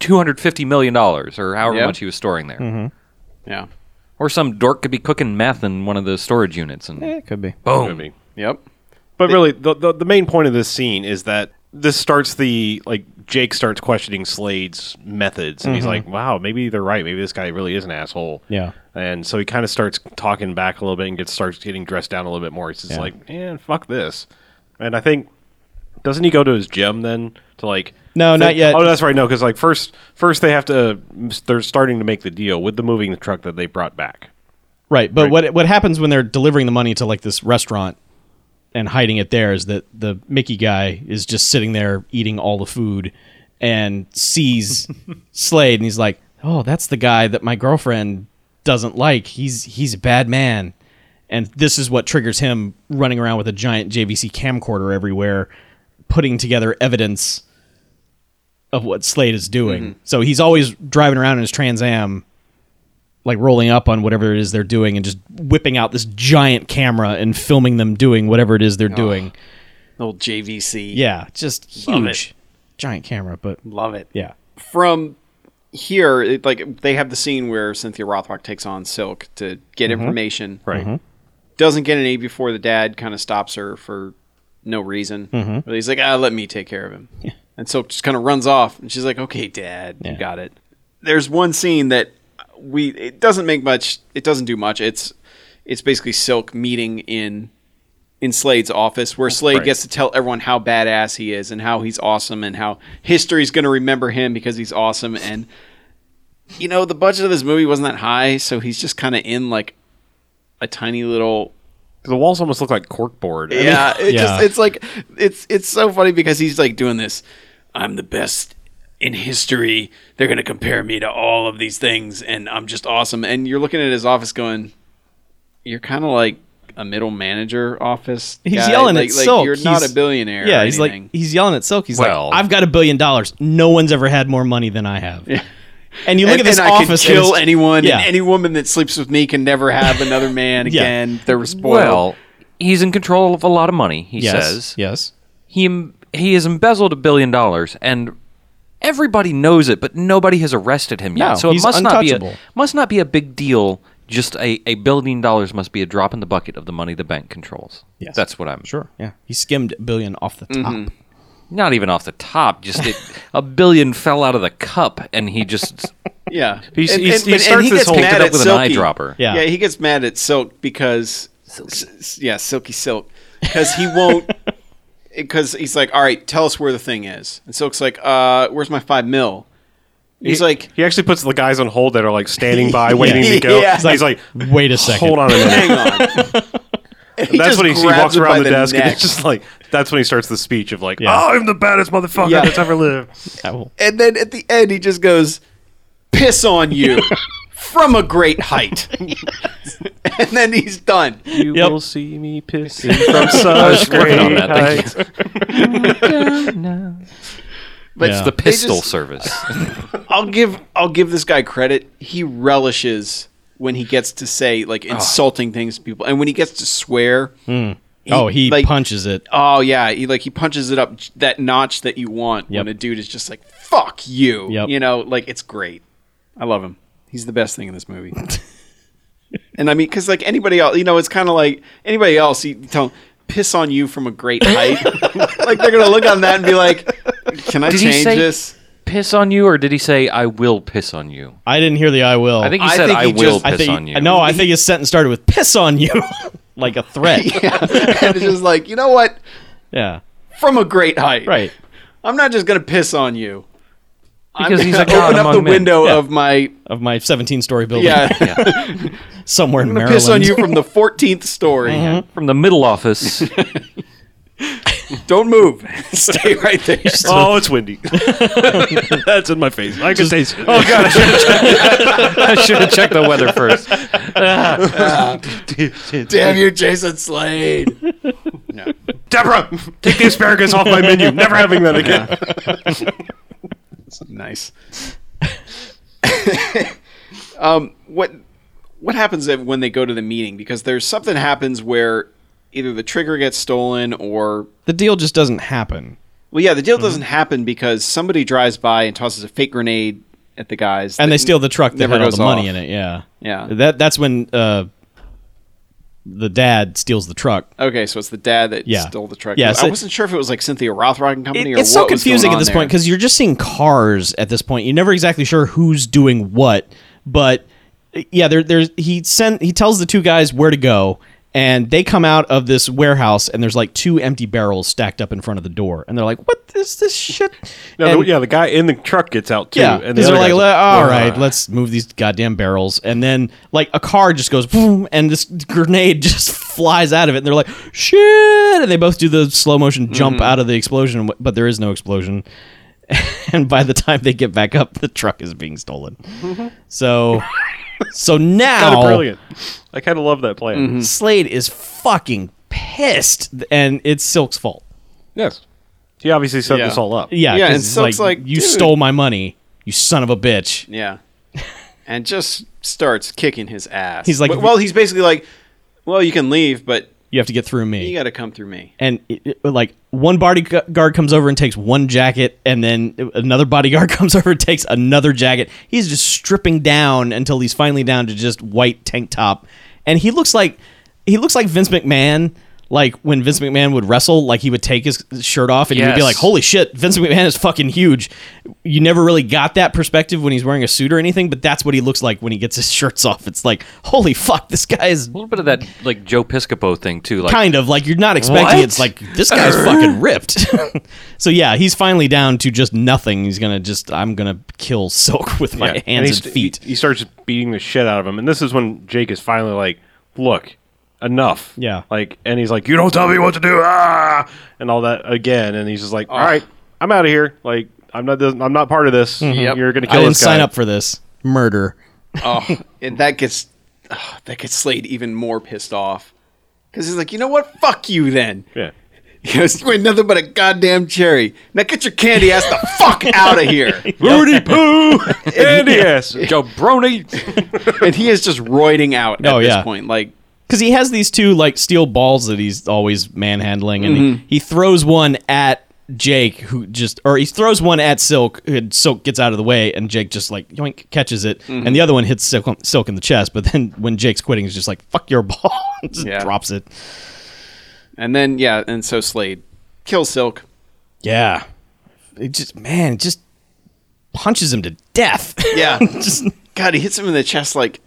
two hundred fifty million dollars, or however Yeah. much he was storing there. Mm-hmm. Yeah. Or some dork could be cooking meth in one of the storage units, and it could be. boom. Movie. Yep. But really, the, the the main point of this scene is that this starts the like Jake starts questioning Slade's methods, and he's like, "Wow, maybe they're right. Maybe this guy really is an asshole." Mm-hmm. Yeah. And so he kind of starts talking back a little bit and gets starts getting dressed down a little bit more. He's just Yeah. like, "Man, fuck this." And I think doesn't he go to his gym then to like? No, not yet. Oh, that's right. No, because like first, first they have to. They're starting to make the deal with the moving truck that they brought back. Right, but what what happens when they're delivering the money to like this restaurant and hiding it there is that the Mickey guy is just sitting there eating all the food and sees Slade and he's like, "Oh, that's the guy that my girlfriend doesn't like. He's he's a bad man." And this is what triggers him running around with a giant JVC camcorder everywhere, putting together evidence of what Slade is doing. So he's always driving around in his Trans Am like rolling up on whatever it is they're doing and just whipping out this giant camera and filming them doing whatever it is Ah. they're doing. Old JVC. Yeah, just Love huge, giant camera. But Love it. yeah, From here, it, like they have the scene where Cynthia Rothrock takes on Silk to get information. Right. Doesn't get any before the dad kind of stops her for no reason. But he's like, ah, let me take care of him. And Silk just kind of runs off. And she's like, okay, dad, you Yeah. got it. There's one scene that we, it doesn't make much, it doesn't do much. It's, it's basically Silk meeting in in Slade's office, where Slade Right. gets to tell everyone how badass he is and how he's awesome and how history's going to remember him because he's awesome. And, you know, the budget of this movie wasn't that high, so he's just kind of in like a tiny little. The walls almost look like corkboard. I mean, Yeah, it Just, Yeah. it's like, it's, it's so funny because he's like doing this. I'm the best in history. They're going to compare me to all of these things, and I'm just awesome. And you're looking at his office going, you're kind of like a middle manager office. He's guy. yelling at like, like, Silk. You're not He's- a billionaire. yeah, or he's anything. like he's yelling at Silk. He's Well- like, "I've got a billion dollars. No one's ever had more money than I have." And you look and, at this and office. I can and kill it's- anyone, Yeah. and any woman that sleeps with me can never have another man Yeah. again. They were spoiled. Well, he's in control of a lot of money. He yes, says yes. he em- he has embezzled a billion dollars, and everybody knows it, but nobody has arrested him yet. No, so it he's must not be untouchable. a must not be a big deal. Just a, a billion dollars must be a drop in the bucket of the money the bank controls. Yes. That's what I'm Sure. Yeah, he skimmed a billion off the top. Mm-hmm. not even off the top. Just it, a billion fell out of the cup, and he just yeah, He's- and, he's- and- he and starts he this gets whole- picked mad it up at with an Silky. eyedropper. Yeah. yeah, he gets mad at Silk because, S- s- yeah, Silky Silk, because he won't. Because he's like, all right, tell us where the thing is, and Silk's like, uh, where's my five mil? He's like, He actually puts the guys on hold that are like standing by waiting to go. Yeah. He's like, he's like, Wait a second. hold on a minute. hang on. And that's just when he, he grabs walks him by around the, desk and neck. it's just like, that's when he starts the speech of like, Yeah. oh, I'm the baddest motherfucker Yeah. that's ever lived. I will- and then at the end he just goes piss on you from a great height and then he's done You Yep. will see me pissing from such great working on that, thank heights. but Yeah. the pistol just- service. i'll give i'll give this guy credit he relishes when he gets to say like Ah. insulting things to people and when he gets to swear oh, he like- punches it. oh yeah he like he punches it up j- that notch that you want Yep. when a dude is just like fuck you Yep. you know like it's great i love him he's the best thing in this movie and i mean because like anybody else you know it's kind of like anybody else you tell them, piss on you from a great height like they're gonna look on that and be like can i Did he change say- this piss on you, or did he say I will piss on you? I didn't hear the "I will." I think he I said think I he will just- I piss think, on you. No, I think his sentence started with "piss on you," like a threat. yeah and it's just like you know what yeah. from a great height Right. i'm not just gonna piss on you Because I'm he's gonna a god open up among the men. window Yeah. of my Of my 17 story building yeah somewhere in Maryland. piss on you from the 14th story from the middle office. Don't move. Stay right there. Oh, it's windy. that's in my face. I can taste it. Oh, I should have checked the weather first. Damn you, Jason Slade. Deborah, take the asparagus off my menu. Never having that again. nice. um, what what happens if- when they go to the meeting? Because there's something happens where either the trigger gets stolen or the deal just doesn't happen. well, yeah, the Mm-hmm. deal doesn't happen because somebody drives by and tosses a fake grenade at the guys, And that they steal the truck that never had all goes the money off. in it. Yeah. Yeah. That that's when uh, the dad steals the truck. Okay, so it's the dad that Yeah. stole the truck. Yeah, so- I wasn't sure if it was like Cynthia Rothrock and Company It- or it's what so was going confusing at on this point there. because you're just seeing cars at this point. You're never exactly sure who's doing what, but uh, yeah, there, there's he send he tells the two guys where to go, and they come out of this warehouse and there's like two empty barrels stacked up in front of the door, and they're like, "What is this shit?" No, And- the- yeah, the guy in the truck gets out too. Yeah, and the because they're other like, guy's "Le- all "Whoa." right, let's move these goddamn barrels. And then, like, a car just goes, boom, and this grenade just flies out of it. And they're like, shit. And they both do the slow motion jump out of the explosion, but there is no explosion. and by the time they get back up, the truck is being stolen. So, so Kind of now brilliant. I kind of love that plan. Slade is fucking pissed, and it's Silk's fault. Yes, he obviously set Yeah. this all up. Yeah, Yeah, 'cause and it's Silk's like, you "Dude." stole my money, you son of a bitch. Yeah. And just starts kicking his ass. He's like- well, well, he's basically like, well, you can leave, but You have to get through me. you got to come through me. and it, it- like one bodyguard comes over and takes one jacket and then another bodyguard comes over and takes another jacket he's just stripping down until he's finally down to just white tank top and he looks like he looks like vince mcmahon like when vince mcmahon would wrestle like he would take his shirt off and you'd be Yes. like holy shit vince mcmahon is fucking huge you never really got that perspective when he's wearing a suit or anything but that's what he looks like when he gets his shirts off it's like holy fuck this guy is A little bit of that like Joe Piscopo thing too. Like kind of like you're not expecting What? it. it's like this guy's fucking ripped so yeah he's finally down to just nothing he's gonna just i'm gonna kill silk with my Yeah, and hands he and, st- feet He, he starts beating the shit out of him, and this is when Jake is finally like, "Look, enough." Yeah. Like, and he's like, "You don't tell me what to do," ah, and all that again. And he's just like, "All right, I'm out of here. Like, I'm not. This, I'm not part of this. Yep. You're gonna Mm-hmm. i kill didn't this guy." sign up for this murder Oh, and that gets ah, that gets Slade even more pissed off because he's like, you know what? Fuck you then. Yeah. You goes, you ain't nothing but a goddamn cherry. Now get your candy ass the fuck out of here. Rudy Poo and yes. Joe Brony. And he is just roiding out at Oh, yeah. this point. Like, because he has these two like steel balls that he's always manhandling and Mm-hmm. he, he throws one at jake who just or he throws one at silk and silk gets out of the way and jake just like yoink catches it Mm-hmm. and the other one hits silk, silk in the chest but then when jake's quitting he's just like fuck your ball and just Yeah. drops it and then yeah, and so Slade kills Silk. Yeah. It just man, it just punches him to death. Yeah. just God, he hits him in the chest like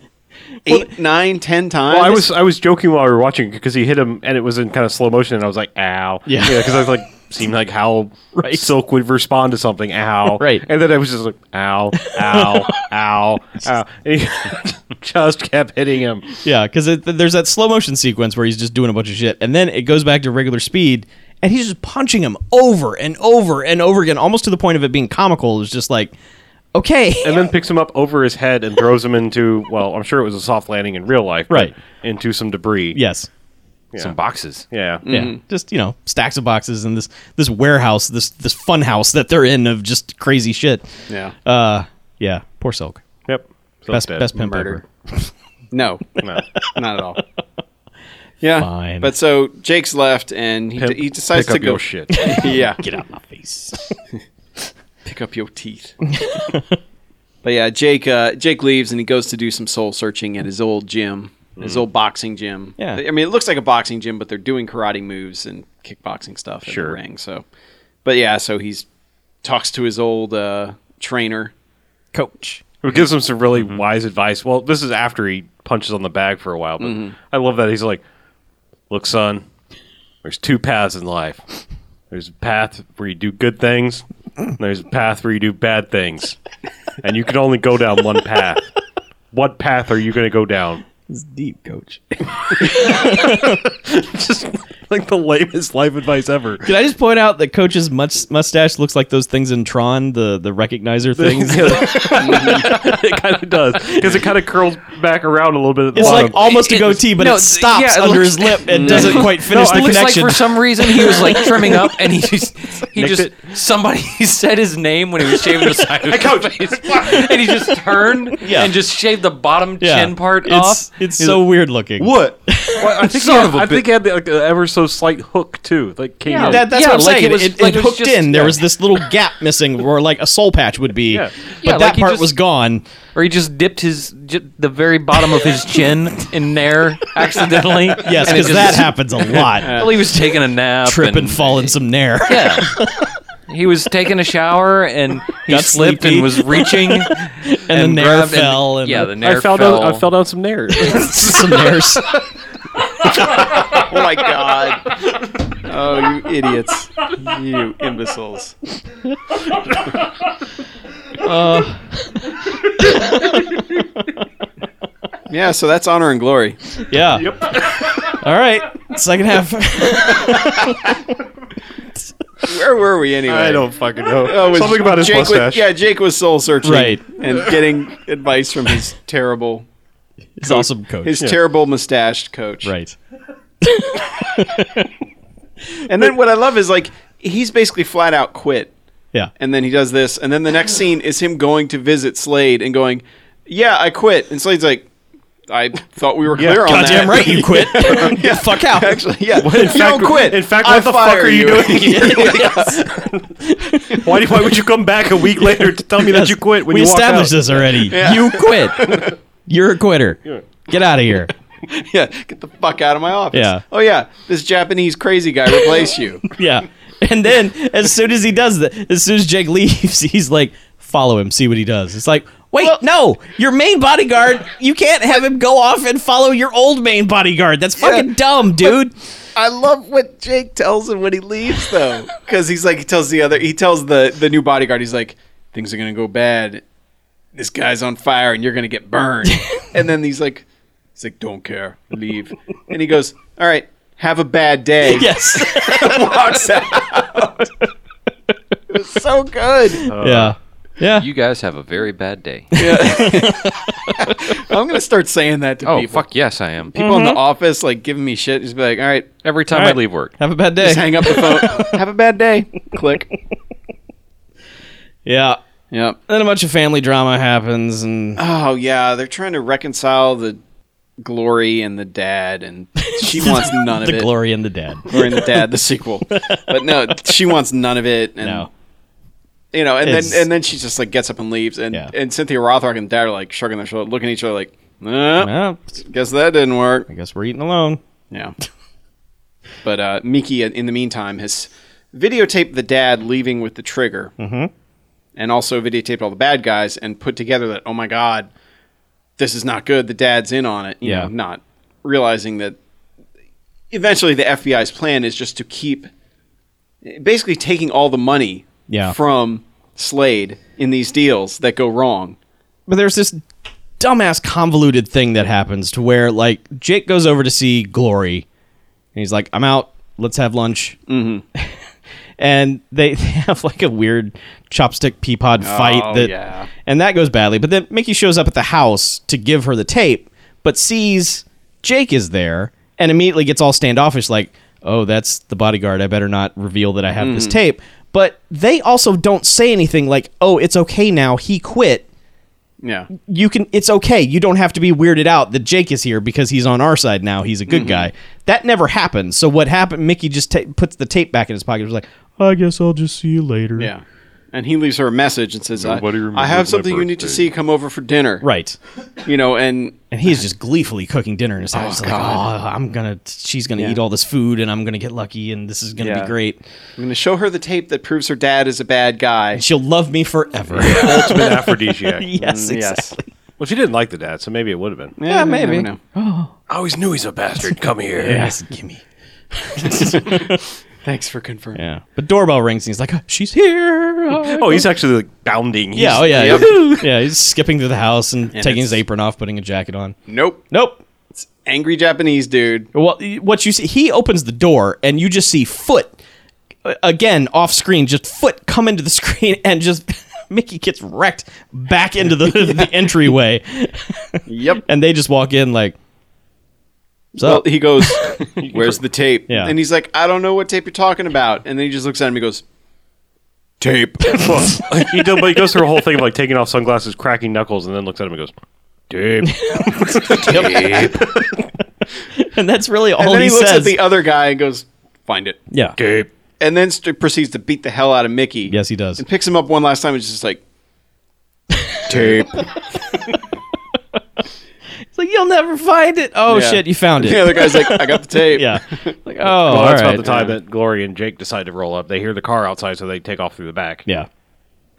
eight, nine, ten times. Well, I was I was joking while we were watching because he hit him and it was in kind of slow motion and I was like, ow. Yeah. Because I was like, seemed like how Right. Silk would respond to something, ow. Right. And then I was just like, ow, ow, ow, ow. And he just kept hitting him. yeah, cuz there's that slow motion sequence where he's just doing a bunch of shit and then it goes back to regular speed and he's just punching him over and over and over again almost to the point of it being comical. It's just like okay. And then picks him up over his head and throws him into, well, I'm sure it was a soft landing in real life, but Right. Into some debris. yes. Some boxes. Yeah. Yeah. Just, you know, stacks of boxes and this this warehouse, this this fun house that they're in of just crazy shit. Yeah. Uh yeah, poor Silk. Yep. So Best dead. best pimp Murdered. ever. No, No. not at all. Yeah, Fine. but so Jake's left, and he, Pimp, he decides pick up to go. your shit. yeah, Get out of my face. pick up your teeth. but yeah, Jake uh, Jake leaves, and he goes to do some soul searching at his old gym, his old boxing gym. Yeah. I mean, it looks like a boxing gym, but they're doing karate moves and kickboxing stuff. in the Sure. ring. So, but yeah, so he's talks to his old uh, trainer. Coach. Who gives him some really wise advice. Well, this is after he punches on the bag for a while, but I love that he's like, "Look, son, there's two paths in life. There's a path where you do good things, and there's a path where you do bad things, and you can only go down one path. What path are you going to go down?" It's deep, coach. Just like the lamest life advice ever. Did I just point out that Coach's mus- mustache looks like those things in Tron, the the recognizer things? it kind of does because it kind of curls back around a little bit at the It's bottom. like almost a It- goatee, but no, it stops yeah, it under looks- his lip and doesn't quite No, finish it the looks connection. like for some reason he was like trimming up, and he just he Nicked just it. somebody said his name when he was shaving the side of his face, and he just turned Yeah. and just shaved the bottom Yeah. chin part it's, off. It's so weird looking. What? I think, Son he had, of a I bi- think he had the, like, uh, ever so also slight hook too. Like came Yeah, in. That, that's Yeah, what I'm like saying. it It, was- it, like it was hooked just- in. There yeah. was this little gap missing where like a soul patch would be, Yeah. but Yeah, that like he part just- was gone. Or he just dipped his j- the very bottom of his chin in there accidentally. Yes, and it because just- that happens a lot. Well, he was taking a nap, Trip and and fall in some nair. Yeah. He was taking a shower and he Got slipped sleepy. and was reaching, and, the nair grabbed- fell and- yeah, the nair I fell fell. down. I fell down some nares. some nairs. Oh my god. Oh, you idiots. You imbeciles. Uh. Yeah, so that's honor and glory. Yeah. All right. Second half. Where were we anyway? I don't fucking know. Oh, it was Something about his Jake was- mustache. yeah, Jake was soul searching, Right. and getting advice from his terrible, It's awesome, coach. his terrible mustached coach. right. And then what I love is like he's basically flat out quit. Yeah. and then he does this, and then the next scene is him going to visit Slade and going, "Yeah, I quit." And Slade's like, "I thought we were clear on that." Goddamn right, you quit. yeah. Fuck out. Actually, yeah. you fact, don't quit. in fact, I what the fuck fire are you doing Yeah. why, do- why would you come back a week later to tell me that you quit when we you walked out? established this already. You quit. You're a quitter. Get out of here. Yeah. Get the fuck out of my office. Yeah. Oh yeah, this Japanese crazy guy replaced you. Yeah. And then as soon as he does that, as soon as Jake leaves, he's like, follow him, see what he does. It's like, wait, no, your main bodyguard, you can't have him go off and follow your old main bodyguard. That's fucking dumb, dude. I love what Jake tells him when he leaves though, because he's like he tells the other he tells the the new bodyguard he's like things are gonna go bad. This guy's on fire and you're gonna get burned. and then he's like he's like don't care, leave. And he goes, all right, have a bad day. yes. Walks out. it was so good. yeah. Yeah. You guys have a very bad day. I'm gonna start saying that to Oh people. fuck yes, I am. People in the office like giving me shit. Just be like, all right, Every time I Alright. leave work, have a bad just day. hang up the phone. have a bad day. Click. Yeah. Yep. Then a bunch of family drama happens and Oh yeah, they're trying to reconcile the glory and the dad, and she wants none of the it. glory and the dead. Glory and the dad, the sequel, but no, she wants none of it. And, No. you know, and It's- then and then she just like gets up and leaves, and Yeah. and Cynthia Rothrock and dad are like shrugging their shoulder, looking at each other like, nah, Well, guess that didn't work. I guess we're eating alone. Yeah. But uh, Miki, in the meantime, has videotaped the dad leaving with the trigger, mm-hmm. and also videotaped all the bad guys and put together that oh my god, this is not good. The dad's in on it. You Yeah. know, not realizing that eventually the FBI's plan is just to keep basically taking all the money Yeah. from Slade in these deals that go wrong. but there's this dumbass convoluted thing that happens to where like Jake goes over to see Glory, and he's like, "I'm out. Let's have lunch." Mm-hmm. and they, they have like a weird chopstick peapod fight that, yeah. and that goes badly. But then Mickey shows up at the house to give her the tape, but sees Jake is there and immediately gets all standoffish, like, "Oh, that's the bodyguard. I better not reveal that I have this tape." But they also don't say anything like, "Oh, it's okay now. He quit." Yeah. you can it's okay you don't have to be weirded out that jake is here because he's on our side now he's a good guy that never happened so what happened mickey just ta puts the tape back in his pocket was like i guess i'll just see you later Yeah. And he leaves her a message and says, I, Nobody I remembers my have something you need to birthday." see. Come over for dinner. right You know, and and he's just gleefully cooking dinner in his house like God. oh i'm gonna she's gonna Yeah. eat all this food and i'm gonna get lucky and this is gonna Yeah. be great I'm going to show her the tape that proves her dad is a bad guy. she'll love me forever Ultimate aphrodisiac. yes Mm, yes. exactly Well, she didn't like the dad, so maybe it would have been. yeah, you never maybe. know. I always knew he's a bastard. Come here. yes gimme Thanks for confirming. yeah but doorbell rings and he's like "Oh, she's here Oh, he's actually like bounding. He's- yeah oh yeah Yep. yeah he's skipping through the house and, taking his it's- apron off putting a jacket on Nope. nope Angry Japanese dude. Well, what you see, he opens the door and you just see foot uh, again off screen, just foot come into the screen and just Mickey gets wrecked back into the, the entryway, Yep. and they just walk in like, "What's Well, up?" he goes, Where's the tape? Yeah. And he's like, I don't know what tape you're talking about. And then he just looks at him and he goes, Tape. Well, he, did, but he goes through a whole thing of like taking off sunglasses, cracking knuckles, and then looks at him and goes, "Dude, and that's really all And then he, he, looks says. at the other guy and goes, find it. Yeah. And then st- proceeds to beat the hell out of Mickey. Yes, he does. And picks him up one last time. and just like tape. It's like you'll never find it. Oh Yeah. shit, you found it. Yeah, the guy's like, I got the tape. yeah. Like oh, all Well, that's right. about the time that Glory and Jake decide to roll up. They hear the car outside, so they take off through the back Yeah.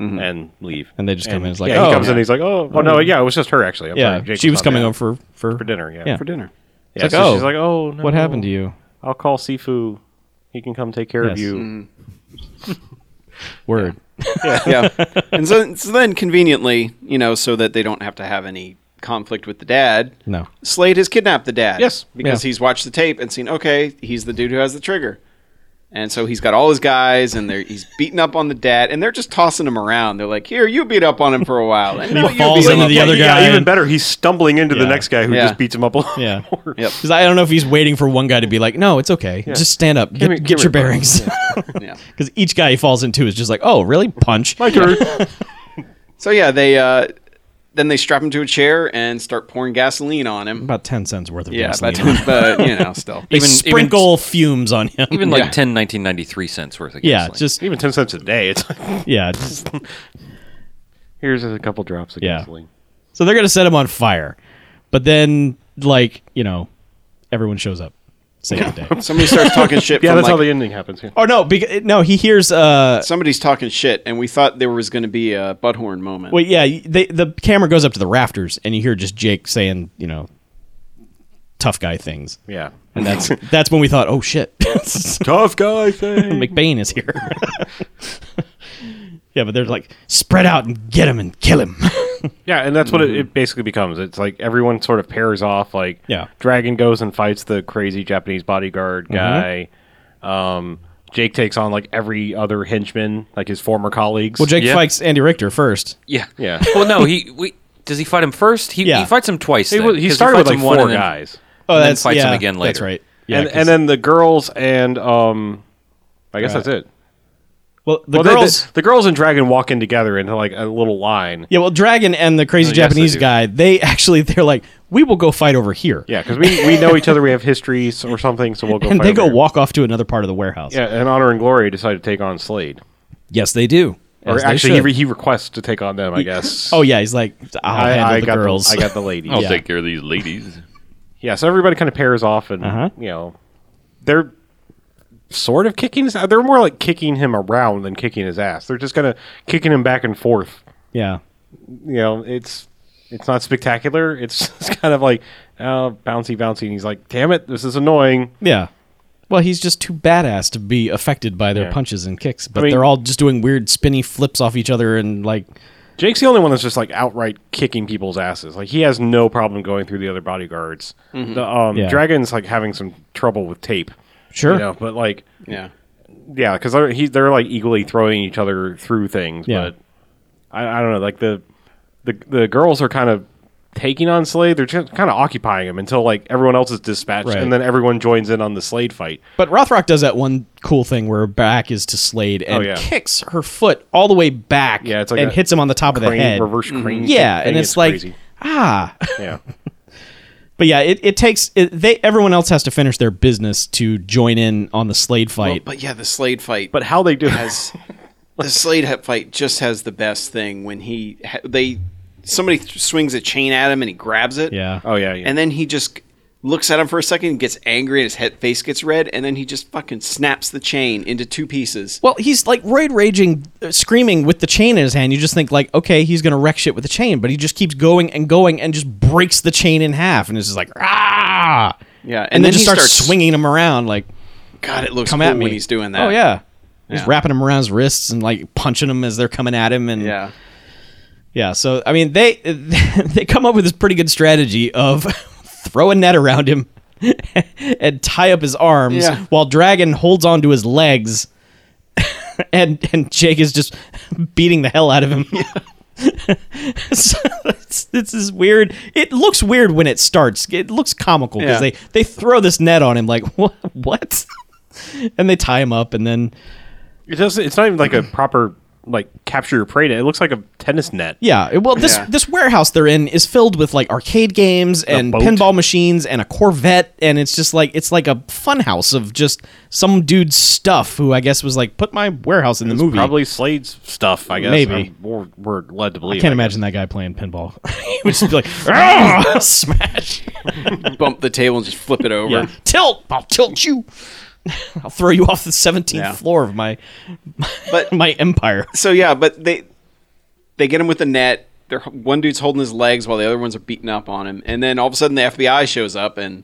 Mm-hmm. and leave. And they just come in. It's like yeah, oh, Mm-hmm. he comes in. He's like, oh, oh no, yeah, it was just her actually. I'm yeah. sorry. Jake she was on coming the- over for for, for dinner. Yeah, Yeah. for dinner. Yeah, It's like, so oh, she's like, oh, no, What happened to you? I'll call Sifu. He can come take care Yes. of you. Word. yeah. And so, so then, conveniently, you know, so that they don't have to have any conflict with the dad, No. Slade has kidnapped the dad. Yes. Because Yeah. he's watched the tape and seen, okay, he's the dude who has the trigger. And so he's got all his guys, and they're, he's beating up on the dad, and they're just tossing him around. They're like, "Here, you beat up on him for a while." And now you falls beat into up the on- other yeah, guy even and- better. He's stumbling into Yeah. the next guy who Yeah. just beats him up. A lot Yeah. more. Yep. Because I don't know if he's waiting for one guy to be like, no, it's okay. Just stand up. Get, here- get give your her a bearings. Yeah. Because each guy he falls into is just like, oh, really? Punch. My turn. So yeah, they uh, then they strap him to a chair and start pouring gasoline on him. About 10 cents worth of yeah, gasoline. but, but you know, still. They Even- even- sprinkle fumes on him. Even like Yeah. 10, 1993 cents worth of yeah, gasoline. just, even ten cents a day. It's like, yeah. just- here's a couple drops of Yeah. gasoline. so they're going to set him on fire. But then, like, you know, everyone shows up. Save the day. Somebody starts talking shit. Yeah, from that's like, how the ending happens. Yeah. Oh, no. Because, no, he hears, uh, somebody's talking shit, and we thought there was going to be a butthorn moment. wait, yeah, they, the camera goes up to the rafters and you hear just Jake saying, you know, tough guy things. yeah. And that's that's when we thought, oh shit, Tough guy thing. McBain is here. yeah, but they're like, spread out and get him and kill him. Yeah, and that's what Mm-hmm. it, it basically becomes. It's like everyone sort of pairs off. Like, Yeah. Mm-hmm. Dragon goes and fights the crazy Japanese bodyguard guy. Um, Jake takes on like every other henchman, like his former colleagues. well, Jake Yeah. fights Andy Richter first. yeah. Yeah. Well, no, he we, does he fight him first? He, Yeah. he fights him twice. he, then, wa- he 'cause started fights with like him one four and then- guys, Oh, And then that's fights him yeah, again That's later. right. Yeah, and 'cause- and then the girls and um, I guess Uh, that's it. well, the Well, they- they- girls. the girls and Dragon walk in together into like a little line. yeah, well, Dragon and the Oh, crazy yes, they Japanese do. guy. They actually they're like, we will go fight over here. Yeah, because we, we know each other, we have histories or something, so we'll go. and fight they over go here. walk off to another part of the warehouse. Yeah, and Honor and Glory decide to take on Slade, Yes, they do. or As they actually, he, should. re- he requests to take on them. I guess. oh yeah, he's like, I'll handle the got girls. I got the ladies. I'll Yeah. take care of these ladies. Yeah, so everybody kind of pairs off, and Uh-huh. you know, they're sort of kicking his. They're more like kicking him around than kicking his ass. They're just kind of kicking him back and forth. yeah. You know, it's it's not spectacular. It's, it's kind of like uh, bouncy, bouncy, and he's like, "Damn it, this is annoying." Yeah. Well, he's just too badass to be affected by their punches and kicks, I but mean- they're all just doing weird spinny flips off each other and like Jake's the only one that's just like outright kicking people's asses. Like he has no problem going through the other bodyguards. The um, Yeah. dragon's like having some trouble with tape. sure. You know, but like Yeah. yeah, because they're he, they're like equally throwing each other through things. Yeah. But I, I don't know, like the the the girls are kind of taking on Slade. They're just kind of occupying him until like everyone else is dispatched, Right. and then everyone joins in on the Slade fight. But Rothrock does that one cool thing where her back is to Slade and Oh, yeah. kicks her foot all the way back Yeah, it's like and a hits him on the top of the Crane- head. reverse crane. yeah, thing, and it's, like crazy. ah. yeah, But yeah, it, it takes it, they everyone else has to finish their business to join in on the Slade fight. But yeah, the Slade fight. but how they do has the Slade ha- fight just has the best thing when he ha- they somebody th- swings a chain at him and he grabs it. yeah. Oh yeah, yeah. And then he just looks at him for a second, gets angry, and his head face gets red, and then he just fucking snaps the chain into two pieces. Well, he's like roid raging, uh, screaming with the chain in his hand. You just think like, okay, he's gonna wreck shit with the chain, but he just keeps going and going and just breaks the chain in half, and it's just like ah, Yeah, and and, then, then just he starts, starts- swinging him around like, God, it looks come cool at me when he's doing that. Oh yeah. He's Yeah. wrapping him around his wrists and like punching him as they're coming at him, and yeah. yeah. So I mean, they they come up with this pretty good strategy of throw a net around him and tie up his arms Yeah. while Dragon holds onto his legs, and and Jake is just beating the hell out of him. so it's, this is weird. It looks weird when it starts. It looks comical Yeah. because they they throw this net on him like what what, and they tie him up and then Mm-hmm. it doesn't. It's not even like a proper like capture your prey net. It looks like a tennis net. Yeah, it- well, this Yeah. this warehouse they're in is filled with like arcade games and boat. pinball machines and a Corvette, and it's just like it's like a funhouse of just some dude's stuff who I guess was like put my warehouse in the movie. Probably Slade's stuff, I guess. Maybe. I'm- We're, we're led to believe. I can't I guess. imagine that guy playing pinball. he would just be like, "Ah, smash, Bump the table and just flip it over. Yeah. tilt, I'll tilt you, I'll throw you off the 17th floor of my But my empire. so yeah, but they they get him with the net. They're one dude's holding his legs while the other ones are beating up on him, and then all of a sudden the FBI shows up and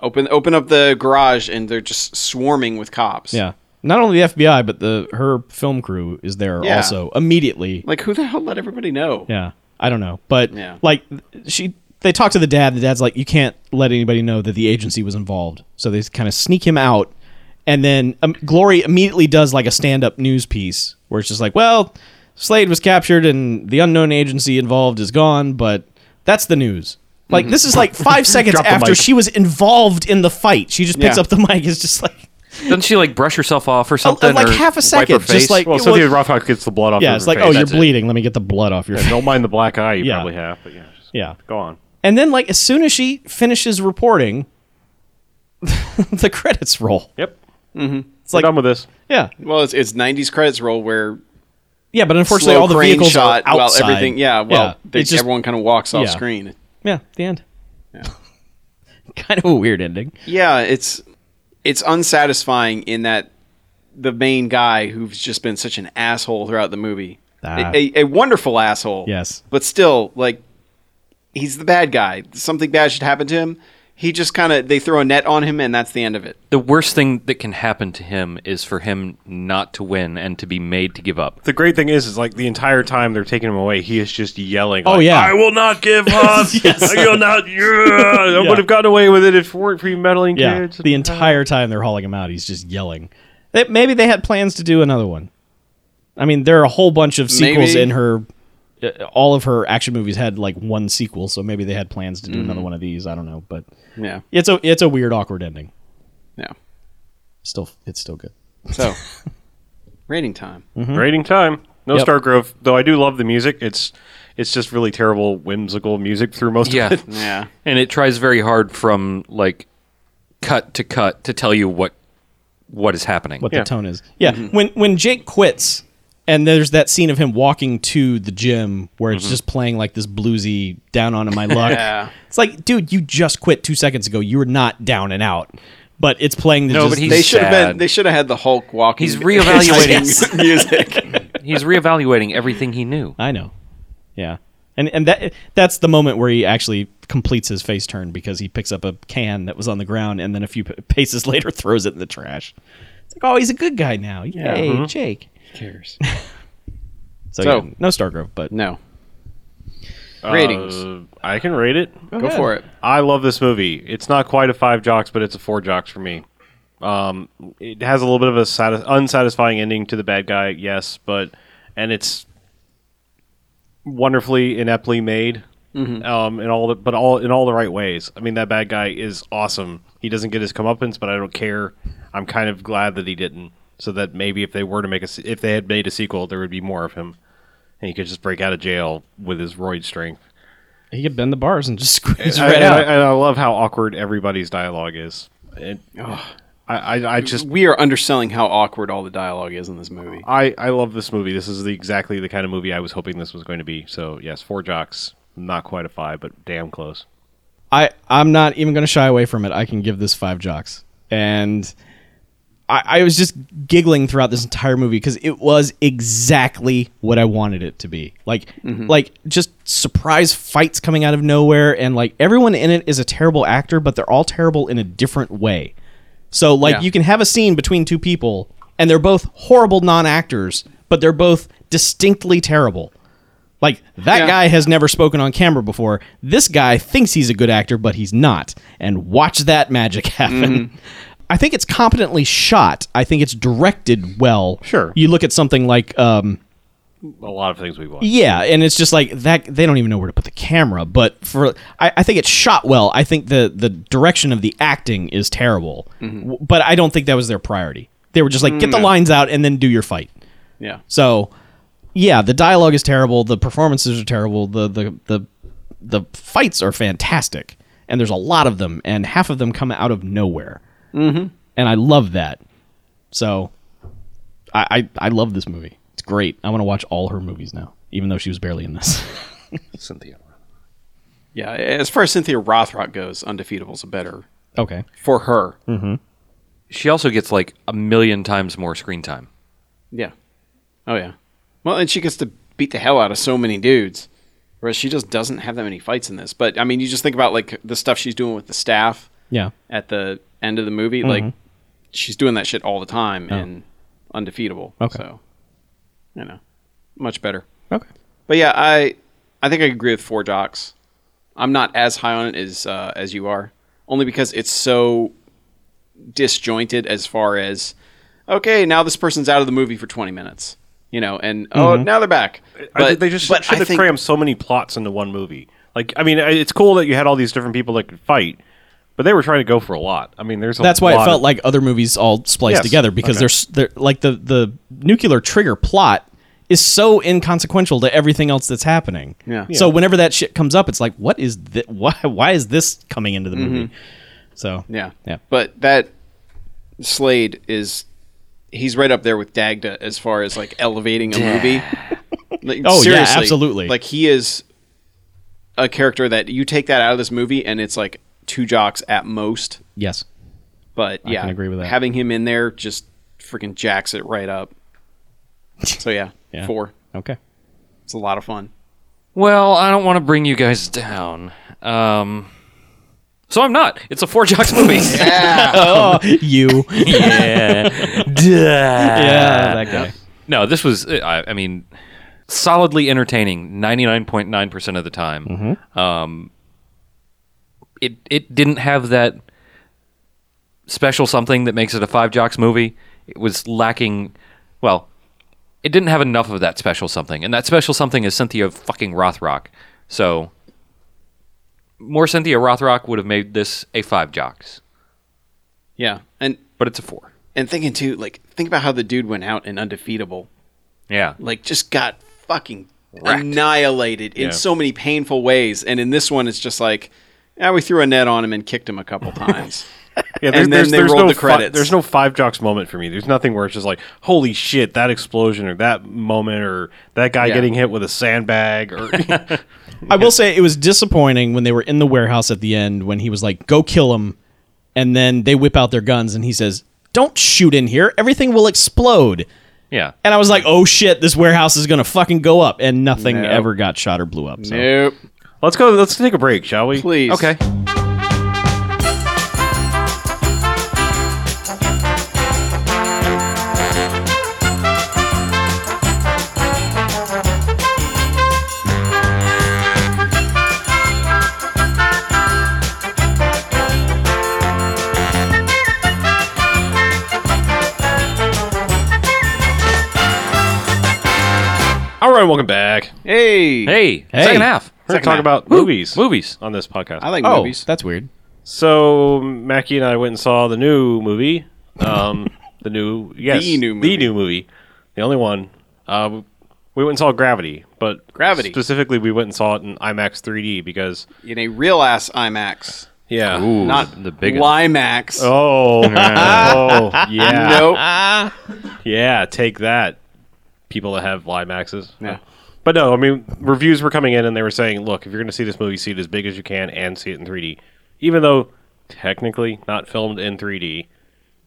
open open up the garage, and they're just swarming with cops. Yeah, not only the FBI but the her film crew is there Yeah. also immediately. like who the hell let everybody know? Yeah, I don't know, but Yeah. like she, they talk to the dad. and The dad's like, you can't let anybody know that the agency was involved. So they kind of sneak him out, and then um, Glory immediately does like a stand-up news piece where it's just like, well, Slade was captured and the unknown agency involved is gone, but that's the news. Like this is like five seconds Drop the after mic. she was involved in the fight. She just picks Yeah. up the mic. It's just like Doesn't she like brush herself off or a- something? like or half a wipe her second, just face? like Well, it Cynthia was- Rothrock gets the blood off. yeah. of It's her like face. oh, you're that's it. bleeding. Let me get the blood off your. Yeah, Don't mind the black eye you Yeah. probably have. But yeah, just Yeah. go on. And then, like, as soon as she finishes reporting, the credits roll. Yep. Mm-hmm. It's like- like done with this. Yeah, Well, it's, it's '90s credits roll where yeah, but unfortunately, slow all the crane vehicles shot are while outside. everything. Yeah, well, they, it's just everyone kind of walks off yeah. screen. yeah, the end. kind of a weird ending. Yeah, it's it's unsatisfying in that the main guy who's just been such an asshole throughout the movie, Ah. a, a, a wonderful asshole. Yes. but still, like he's the bad guy. Something bad should happen to him. He just kind of they throw a net on him, and that's the end of it. the worst thing that can happen to him is for him not to win and to be made to give up. The great thing is, is like the entire time they're taking him away, he is just yelling. Oh, like, yeah. I will not give up. I will not. Yeah. I Yeah. would have gotten away with it if it weren't for you meddling Yeah, kids. the entire time they're hauling him out, he's just yelling. They, maybe they had plans to do another one. I mean, there are a whole bunch of sequels Maybe. in her. uh, All of her action movies had like one sequel, so maybe they had plans to do Mm-hmm. another one of these. I don't know, but Yeah, it's a it's a weird, awkward ending. yeah. Still, it's still good. So rating time. Mm. Rating time. No Yep. Stargrove, though I do love the music. It's it's just really terrible, whimsical music through most Yeah. of it. Yeah, and it tries very hard from like cut to cut to tell you what what is happening. what Yeah. the tone is. Yeah, when when Jake quits and there's that scene of him walking to the gym where it's just playing like this bluesy down on my luck. Yeah. It's like, dude, you just quit 2 seconds ago. You were not down and out. But it's playing the No, just- but he's- they should have been. sad. They should have had the Hulk walking. He's reevaluating. music. He's reevaluating everything he knew. I know. Yeah. And and that that's the moment where he actually completes his face turn because he picks up a can that was on the ground and then a few p- paces later throws it in the trash. It's like, oh, he's a good guy now. Yay, Jake. cares? So, So- yeah, no Stargrove, but No. Ratings. Uh, I can rate it. Go for it. I love this movie. It's not quite a five jocks, but it's a four jocks for me. Um, it has a little bit of a satis- unsatisfying ending to the bad guy, yes, but and it's wonderfully ineptly made. Um, in all the but all in all the right ways. I mean, that bad guy is awesome. He doesn't get his comeuppance, but I don't care. I'm kind of glad that he didn't, so that maybe if they were to make a se- if they had made a sequel, there would be more of him, and he could just break out of jail with his roid strength. he could bend the bars and just squeeze I, right and out. I, and I love how awkward everybody's dialogue is. It, I, I, I just we are underselling how awkward all the dialogue is in this movie. I, I love this movie. This is the, exactly the kind of movie I was hoping this was going to be. So yes, four jocks, not quite a five, but damn close. I I'm not even going to shy away from it. I can give this five jocks, and I, I was just giggling throughout this entire movie because it was exactly what I wanted it to be. Like like just surprise fights coming out of nowhere, and like everyone in it is a terrible actor, but they're all terrible in a different way. So like Yeah. you can have a scene between two people, and they're both horrible non-actors, but they're both distinctly terrible. Like that Yeah. guy has never spoken on camera before. This guy thinks he's a good actor, but he's not. And watch that magic happen. I think it's competently shot. I think it's directed well. Sure. You look at something like um, A lot of things we watched. yeah, and it's just like that. They don't even know where to put the camera. But for I, I think it's shot well. I think the the direction of the acting is terrible. W- But I don't think that was their priority. They were just like get the lines out and then do your fight. Yeah. So yeah, the dialogue is terrible, the performances are terrible, the the the the fights are fantastic, and there's a lot of them, and half of them come out of nowhere, mm-hmm. and I love that. So, I I, I love this movie. It's great. I want to watch all her movies now, even though she was barely in this. Cynthia. Yeah, as far as Cynthia Rothrock goes, Undefeatable's better okay, for her. She also gets like a million times more screen time. Yeah. Oh yeah. Well, and she gets to beat the hell out of so many dudes, whereas she just doesn't have that many fights in this. But I mean, you just think about like the stuff she's doing with the staff yeah, at the end of the movie. Like she's doing that shit all the time and undefeatable. Okay. So you know, much better. okay, But yeah, I I think I agree with Four Jocks. I'm not as high on it as uh, as you are, only because it's so disjointed as far as okay, now this person's out of the movie for 20 minutes, you know, and oh now they're back. I, they just should but I have think- crammed so many plots into one movie. Like, I mean, I- it's cool that you had all these different people that could fight, but they were trying to go for a lot. I mean, there's a that's why it lot felt of- like other movies all spliced Yes. together because Okay. there's they're, like the the nuclear trigger plot is so inconsequential to everything else that's happening. Yeah. So whenever that shit comes up, it's like, what is that? Why why is this coming into the movie? So Yeah. yeah, But that Slade is he's right up there with Dagda as far as like elevating a movie. Like, Oh, yeah, absolutely. Like he is a character that you take that out of this movie and it's like two jocks at most. yes, But yeah, can agree with that. Having him in there just freaking jacks it right up. So yeah, Yeah. four. okay, It's a lot of fun. Well, I don't want to bring you guys down. Um, so I'm not. It's a four jocks movie. Oh, you, yeah, yeah, that guy. No, this was, uh, I, I mean, solidly entertaining 99.9% of the time. Um, it, it didn't have that special something that makes it a five jocks movie. It was lacking, well, it didn't have enough of that special something. And that special something is Cynthia fucking Rothrock. So, more Cynthia Rothrock would have made this a five jocks, Yeah. And but it's a four. and thinking too, like think about how the dude went out in undefeatable. Yeah. like just got fucking annihilated in so many painful ways. And in this one, it's just like, yeah, we threw a net on him and kicked him a couple times. Yeah, and then they rolled no the fi- credits. there's no five jocks moment for me. There's nothing where it's just like, holy shit, that explosion or that moment or that guy Yeah. getting hit with a sandbag or I will say it was disappointing when they were in the warehouse at the end when he was like, "Go kill him," and then they whip out their guns and he says, "Don't shoot in here. Everything will explode." Yeah. And I was like, "Oh shit, this warehouse is gonna fucking go up," and nothing No. ever got shot or blew up. So. nope. let's go. Let's take a break, shall we? Please. Okay. All right, welcome back. Hey. Hey, Hey. second half. We're gonna talk half. about movies Movies. on this podcast. I like Oh, movies. that's weird. So Mackie and I went and saw the new movie. Um, the new yes, The new movie. the new movie, the only one. Um, we went and saw Gravity, but Gravity. specifically, we went and saw it in IMAX 3D because in a real ass IMAX, yeah. not the big one. Limax. Oh, oh, yeah, Nope. yeah. Take that, people that have Limaxes. Yeah. But no, I mean, reviews were coming in and they were saying, look, if you're going to see this movie, see it as big as you can and see it in 3D. Even though technically not filmed in 3D,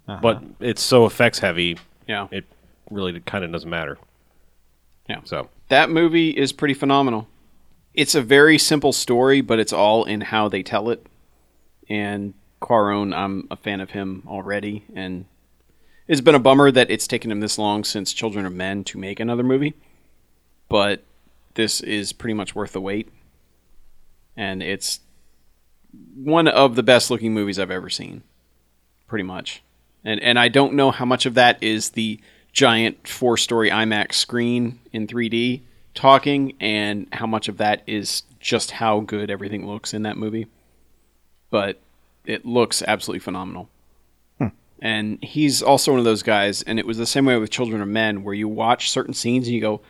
Uh-huh. but it's so effects heavy, Yeah. it really kind of doesn't matter. Yeah. So, That movie is pretty phenomenal. It's a very simple story, but it's all in how they tell it. And Quaron, I'm a fan of him already, and it's been a bummer that it's taken him this long since Children of Men to make another movie. But this is pretty much worth the wait, and it's one of the best looking movies I've ever seen, pretty much. And and I don't know how much of that is the giant four story IMAX screen in 3D talking, and how much of that is just how good everything looks in that movie. But it looks absolutely phenomenal. And he's also one of those guys, and it was the same way with Children of Men, where you watch certain scenes and you go,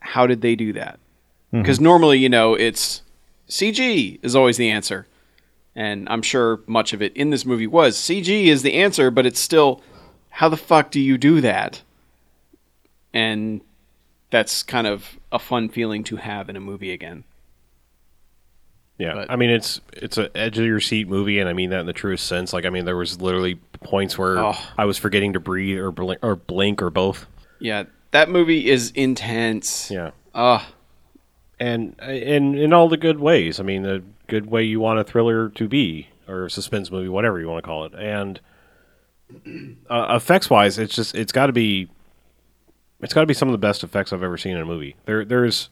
how did they do that? Because normally, you know, it's CG is always the answer. And I'm sure much of it in this movie was CG is the answer, but it's still how the fuck do you do that? And that's kind of a fun feeling to have in a movie again. Yeah, But- I mean it's it's an edge of your seat movie, and I mean that in the truest sense. Like I mean there was literally points where Oh. I was forgetting to breathe or blink or blink or both. Yeah, that movie is intense. Yeah, Ah, and in in all the good ways. I mean the good way you want a thriller to be or a suspense movie, whatever you want to call it. And uh, effects wise, it's just it's got to be it's got to be some of the best effects I've ever seen in a movie. There there's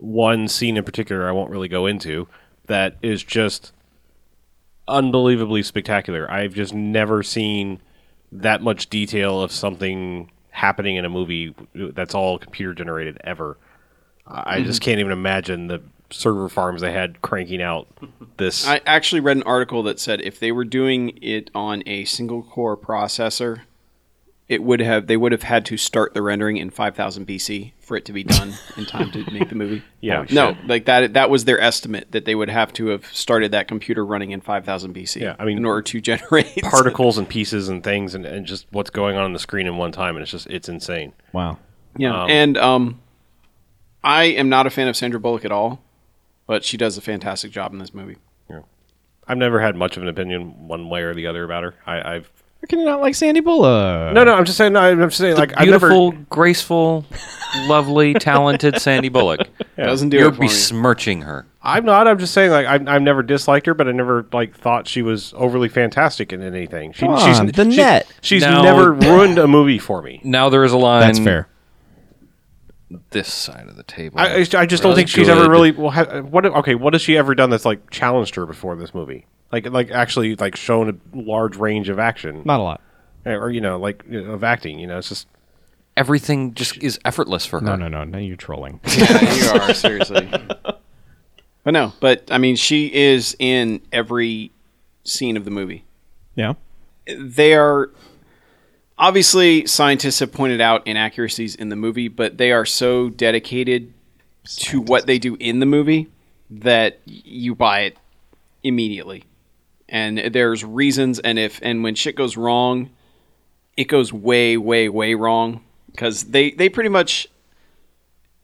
one scene in particular I won't really go into that is just unbelievably spectacular. I've just never seen that much detail of something happening in a movie that's all computer generated ever. I I just can't even imagine the server farms they had cranking out this. I actually read an article that said if they were doing it on a single core processor, it would have they would have had to start the rendering in 5000 BC for it to be done in time to make the movie. Yeah, no, like that that was their estimate that they would have to have started that computer running in 5000 BC. Yeah, I mean- in order to generate particles and pieces and things and, and just what's going on on the screen in one time and it's just it's insane Wow. Yeah, and um, I am not a fan of Sandra Bullock at all, but she does a fantastic job in this movie. i've never had much of an opinion one way or the other about her I, i've How can you not like Sandy Bullock? no no i'm just saying no, i'm just saying like i've never Beautiful, graceful, lovely, talented Sandy Bullock. Doesn't do You're it for me. besmirching her. i'm not i'm just saying like I've, I've never disliked her but i never like thought she was overly fantastic in anything she, Come she's on, the net. she's No. never ruined a movie for me Now there is a line. That's fair. This side of the table. I, I just I just don't Really think she's ever good. really well. Ha, what okay? What has she ever done that's like challenged her before this movie? Like like actually like shown a large range of action Not a lot. or you know like you know, of acting. You know, it's just Everything just is effortless for her. No, no, no. No, you're trolling. Yeah, you are seriously. But no, but I mean, she is in every scene of the movie. yeah. They are obviously scientists have pointed out inaccuracies in the movie, but they are so dedicated to what they do in the movie that you buy it immediately. And there's reasons, and if and when shit goes wrong, it goes way, way, way wrong because they they pretty much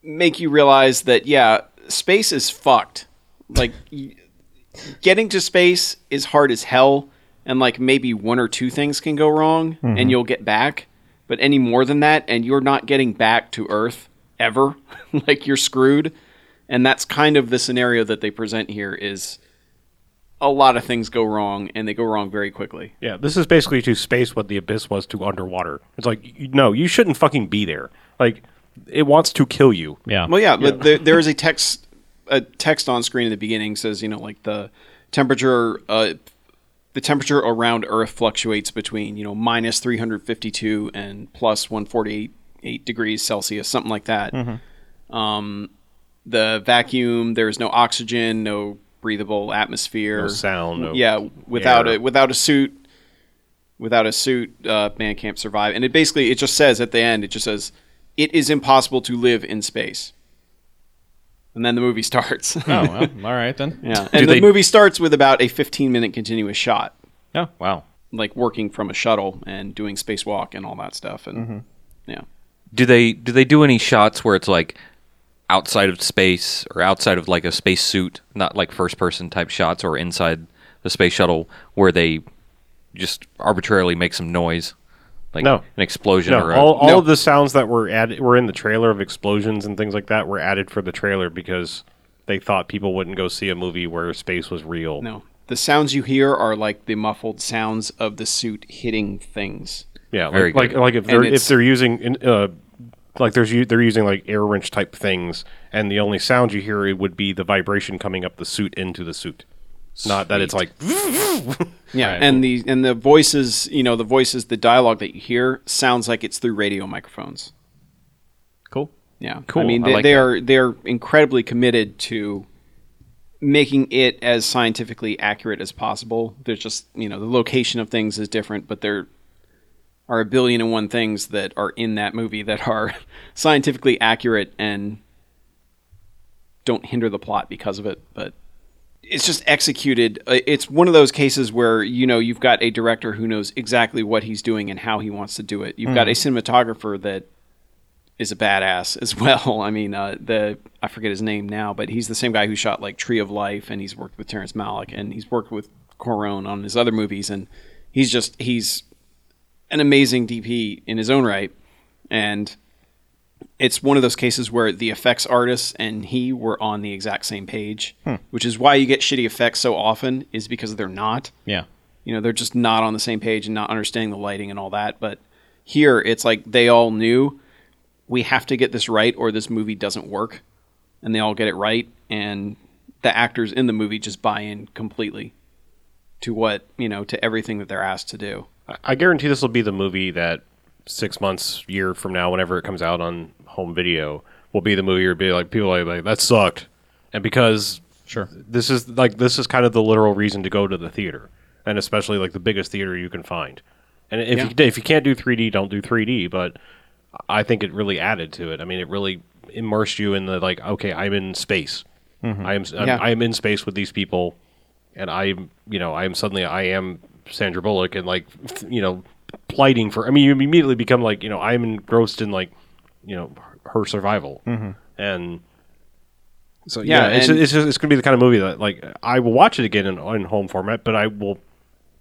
make you realize that yeah, space is fucked. Like y- getting to space is hard as hell, and like maybe one or two things can go wrong, and you'll get back. But any more than that, and you're not getting back to Earth ever. like you're screwed. And that's kind of the scenario that they present here is a lot of things go wrong and they go wrong very quickly. yeah. This is basically to space what the abyss was to underwater. It's like you, no, you shouldn't fucking be there. Like it wants to kill you. Yeah. Well, yeah, but there, there is a text a text on screen at the beginning says you know like the temperature uh, the temperature around Earth fluctuates between you know minus three hundred fifty two and plus one forty eight degrees Celsius, something like that. Um, the vacuum, there is no oxygen, no breathable atmosphere, No sound, no yeah, without air. a without a suit, without a suit, uh, man can't survive. And it basically it just says at the end, it just says it is impossible to live in space. And then the movie starts. oh, well, all right then. yeah, and the they- movie starts with about a 15 minute continuous shot, Wow. like working from a shuttle and doing spacewalk and all that stuff. And yeah, Do they do they do any shots where it's like outside of space or outside of like a space suit, not like first person type shots or inside the space shuttle where they just arbitrarily make some noise? Like No. an explosion No, or a, all, all no. of the sounds that were added were in the trailer of explosions and things like that were added for the trailer because they thought people wouldn't go see a movie where space was real. no, the sounds you hear are like the muffled sounds of the suit hitting things. Yeah, Very like, good. like like if And they're if it's- they're using in- uh, like there's u- they're using like air wrench type things, and the only sound you hear would be the vibration coming up the suit into the suit, not that it's like Yeah, and the and the voices, you know, the voices, the dialogue that you hear sounds like it's through radio microphones. Cool. Yeah, Cool, I mean, I they, like they that. are they are incredibly committed to making it as scientifically accurate as possible. There's just you know the location of things is different, but there are a billion and one things that are in that movie that are scientifically accurate and don't hinder the plot because of it. But it's just executed. uh, It's one of those cases where you know you've got a director who knows exactly what he's doing and how he wants to do it. You've got a cinematographer that is a badass as well. I mean, uh, the I forget his name now, but he's the same guy who shot like Tree of Life, and he's worked with Terrence Malick, and he's worked with Corone on his other movies, and he's just he's an amazing DP in his own right, and it's one of those cases where the effects artists and he were on the exact same page, which is why you get shitty effects so often is because they're not. Yeah. You know, they're just not on the same page and not understanding the lighting and all that. But here, it's like they all knew we have to get this right or this movie doesn't work, and they all get it right, and the actors in the movie just buy in completely to what you know to everything that they're asked to do. I- I guarantee this will be the movie that six months, year from now, whenever it comes out on home video, will be the movie where be like people are like that sucked, and because Sure. this is like this is kind of the literal reason to go to the theater, and especially like the biggest theater you can find. And if Yeah. you if you can't do 3D, don't do 3D. But I think it really added to it. I mean, it really immersed you in the like, okay, I'm in space. I am s- I'm, Mm-hmm. Yeah. I am in space with these people, and I'm you know I am suddenly I am Sandra Bullock and like you know plighting for. I mean, you immediately become like you know I'm engrossed in like you know her survival Mm-hmm. and. So yeah, Yeah, it's, and- it's just it's gonna be the kind of movie that like I will watch it again in, in home format, but I will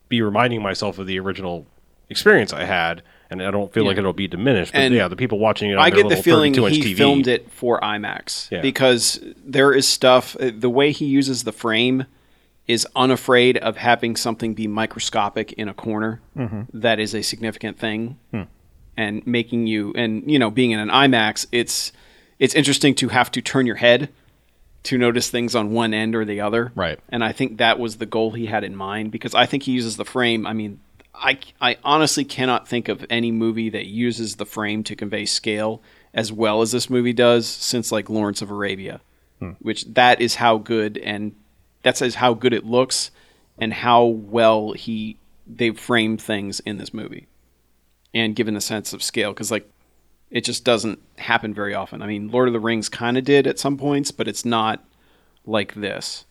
be reminding myself of the original experience I had, and I don't feel like it'll be diminished. But And yeah, the people watching it, on I their get the little feeling 32 inch he TV, filmed it for IMAX Yeah. because there is stuff. uh, The way he uses the frame is unafraid of having something be microscopic in a corner. Mm-hmm. That is a significant thing, Hmm. and making you and you know being in an IMAX, it's it's interesting to have to turn your head to notice things on one end or the other. Right. And I think that was the goal he had in mind because I think he uses the frame. I mean, I, I honestly cannot think of any movie that uses the frame to convey scale as well as this movie does since like Lawrence of Arabia, which that is how good and that says how good it looks and how well he they framed things in this movie and given the sense of scale because like it just doesn't happen very often. I mean, Lord of the Rings kind of did at some points, but it's not like this.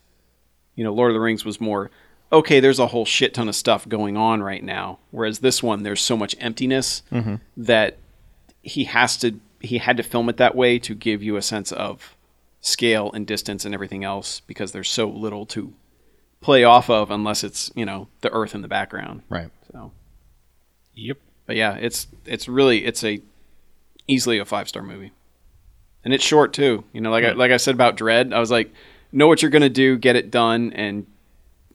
You know, Lord of the Rings was more okay. There's a whole shit ton of stuff going on right now, whereas this one there's so much emptiness that he has to he had to film it that way to give you a sense of scale and distance and everything else because there's so little to play off of unless it's you know the Earth in the background. Right. So, Yep. But yeah, it's it's really it's a easily a five star movie, and it's short too. You know, like I, like I said about Dread, I was like, know what you're gonna do, get it done, and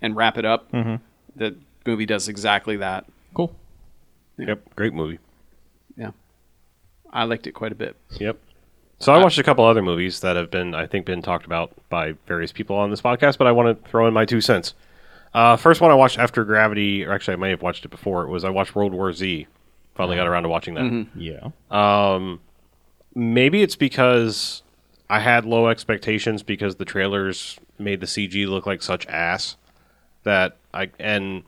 and wrap it up. Mm-hmm. The movie does exactly that. Cool. Yep, great movie. Yeah, I liked it quite a bit. Yep. So I watched a couple other movies that have been, I think, been talked about by various people on this podcast, but I want to throw in my two cents. Uh, first one I watched after Gravity, or actually I may have watched it before. It was I watched World War Z. Finally got around to watching that. Um, Yeah. Maybe it's because I had low expectations because the trailers made the CG look like such ass that I and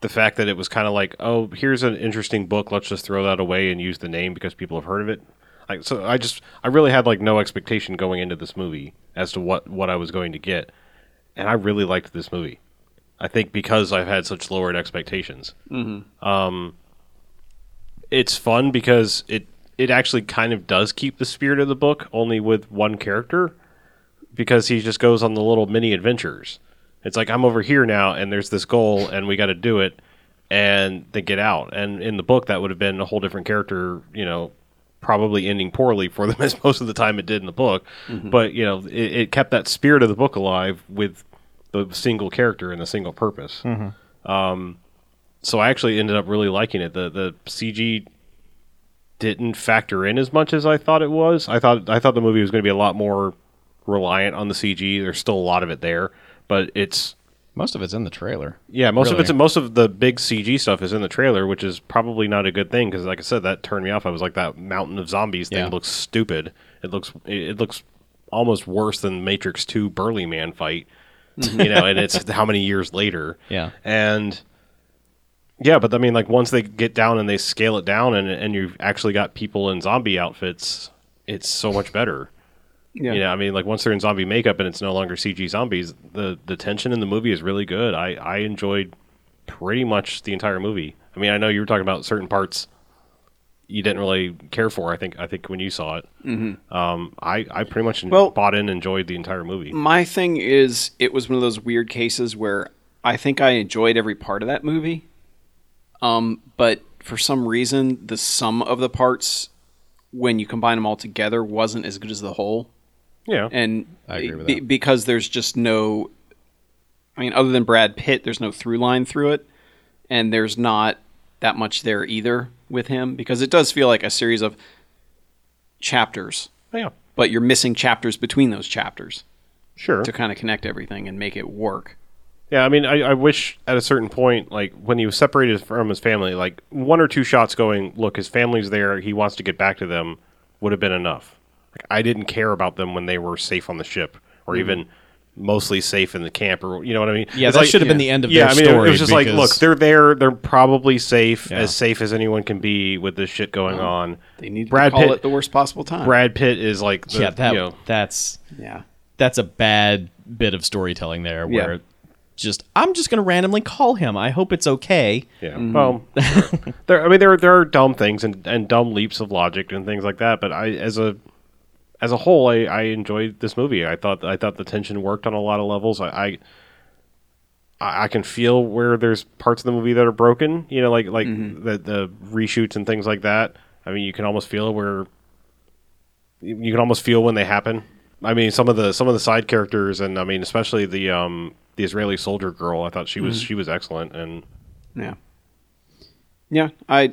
the fact that it was kind of like, oh, here's an interesting book, let's just throw that away and use the name because people have heard of it. Like so I just I really had like no expectation going into this movie as to what what I was going to get. And I really liked this movie. I think because I've had such lowered expectations Um, it's fun because it it actually kind of does keep the spirit of the book only with one character because he just goes on the little mini adventures it's like i'm over here now and there's this goal and we got to do it and they get out and in the book that would have been a whole different character you know probably ending poorly for them as most of the time it did in the book but you know it, it kept that spirit of the book alive with the single character and the single purpose Um, so I actually ended up really liking it. The the CG didn't factor in as much as I thought it was. I thought I thought the movie was going to be a lot more reliant on the CG. There's still a lot of it there, but it's Most of it's in the trailer. yeah, most of Really? it's most of the big CG stuff is in the trailer, which is probably not a good thing because, like I said, that turned me off. I was like, that mountain of zombies thing Yeah. looks stupid. It looks it it looks almost worse than Matrix Two Burly Man fight, you know. And it's how many years later? Yeah. and yeah, but I mean, like once they get down and they scale it down, and and you've actually got people in zombie outfits, it's so much better. Yeah. You know, I mean, like once they're in zombie makeup and it's no longer CG zombies, the the tension in the movie is really good. I I enjoyed pretty much the entire movie. I mean, I know you were talking about certain parts you didn't really care for. I think I think when you saw it, mm-hmm. um, I I pretty much Well- Mm. bought in, and enjoyed the entire movie. My thing is, it was one of those weird cases where I think I enjoyed every part of that movie, um, but for some reason, the sum of the parts, when you combine them all together, wasn't as good as the whole. Yeah, And I agree with be- that. because there's just no, I mean, other than Brad Pitt, there's no through line through it, and there's not that much there either with him because it does feel like a series of chapters, yeah, but you're missing chapters between those chapters sure. to kind of connect everything and make it work. Yeah, I mean, I, I wish at a certain point, like when he was separated from his family, like one or two shots going, look, his family's there, he wants to get back to them, would have been enough. Like, I didn't care about them when they were safe on the ship, or even mostly safe in the camp, or you know what I mean? Mm-hmm. Yeah, It's that like- should have been the end of yeah, their I mean, story. it was just like, because- look, they're there, they're probably safe, Yeah. as safe as anyone can be with this shit going on. They need Brad to call Pitt- it the worst possible time. Brad Pitt is like, the, yeah, that you know, that's Yeah. that's a bad bit of storytelling there. Yeah. Where just I'm just gonna randomly call him. I hope it's okay. Yeah. Well, sure. there. I mean, there there are dumb things and, and dumb leaps of logic and things like that. But I, as a as a whole, I, I enjoyed this movie. I thought I thought the tension worked on a lot of levels. I, I I I can feel where there's parts of the movie that are broken. You know, like like the the reshoots and things like that. I mean, you can almost feel where you you can almost feel when they happen. I mean, some of the some of the side characters, and I mean, especially the um the Israeli soldier girl. I thought she was she was excellent, and Yeah. Yeah. I.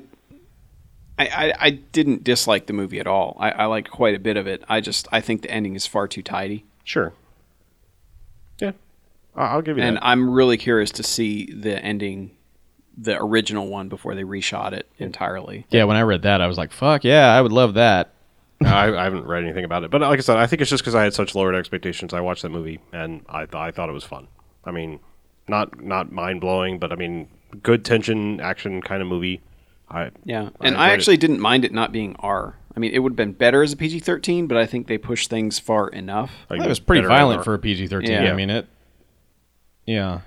I, I, I didn't dislike the movie at all. I, I liked quite a bit of it. I just I think the ending is far too tidy, Sure. Yeah, I- I'll give you and that. I'm really curious to see the ending, the original one before they reshot it entirely. Yeah, when I read that, I was like, fuck yeah, I would love that. I, I haven't read anything about it, but like I said, I think it's just because I had such lowered expectations. I watched that movie and I th- I thought it was fun. I mean, not not mind blowing, but I mean, good tension action kind of movie. I Yeah, and enjoyed I, it. actually didn't mind it not being R. I mean, it would have been better as a PG-13, but I think they pushed things far enough. Like, That was pretty better violent than- for a PG thirteen. Yeah. I mean it. Yeah,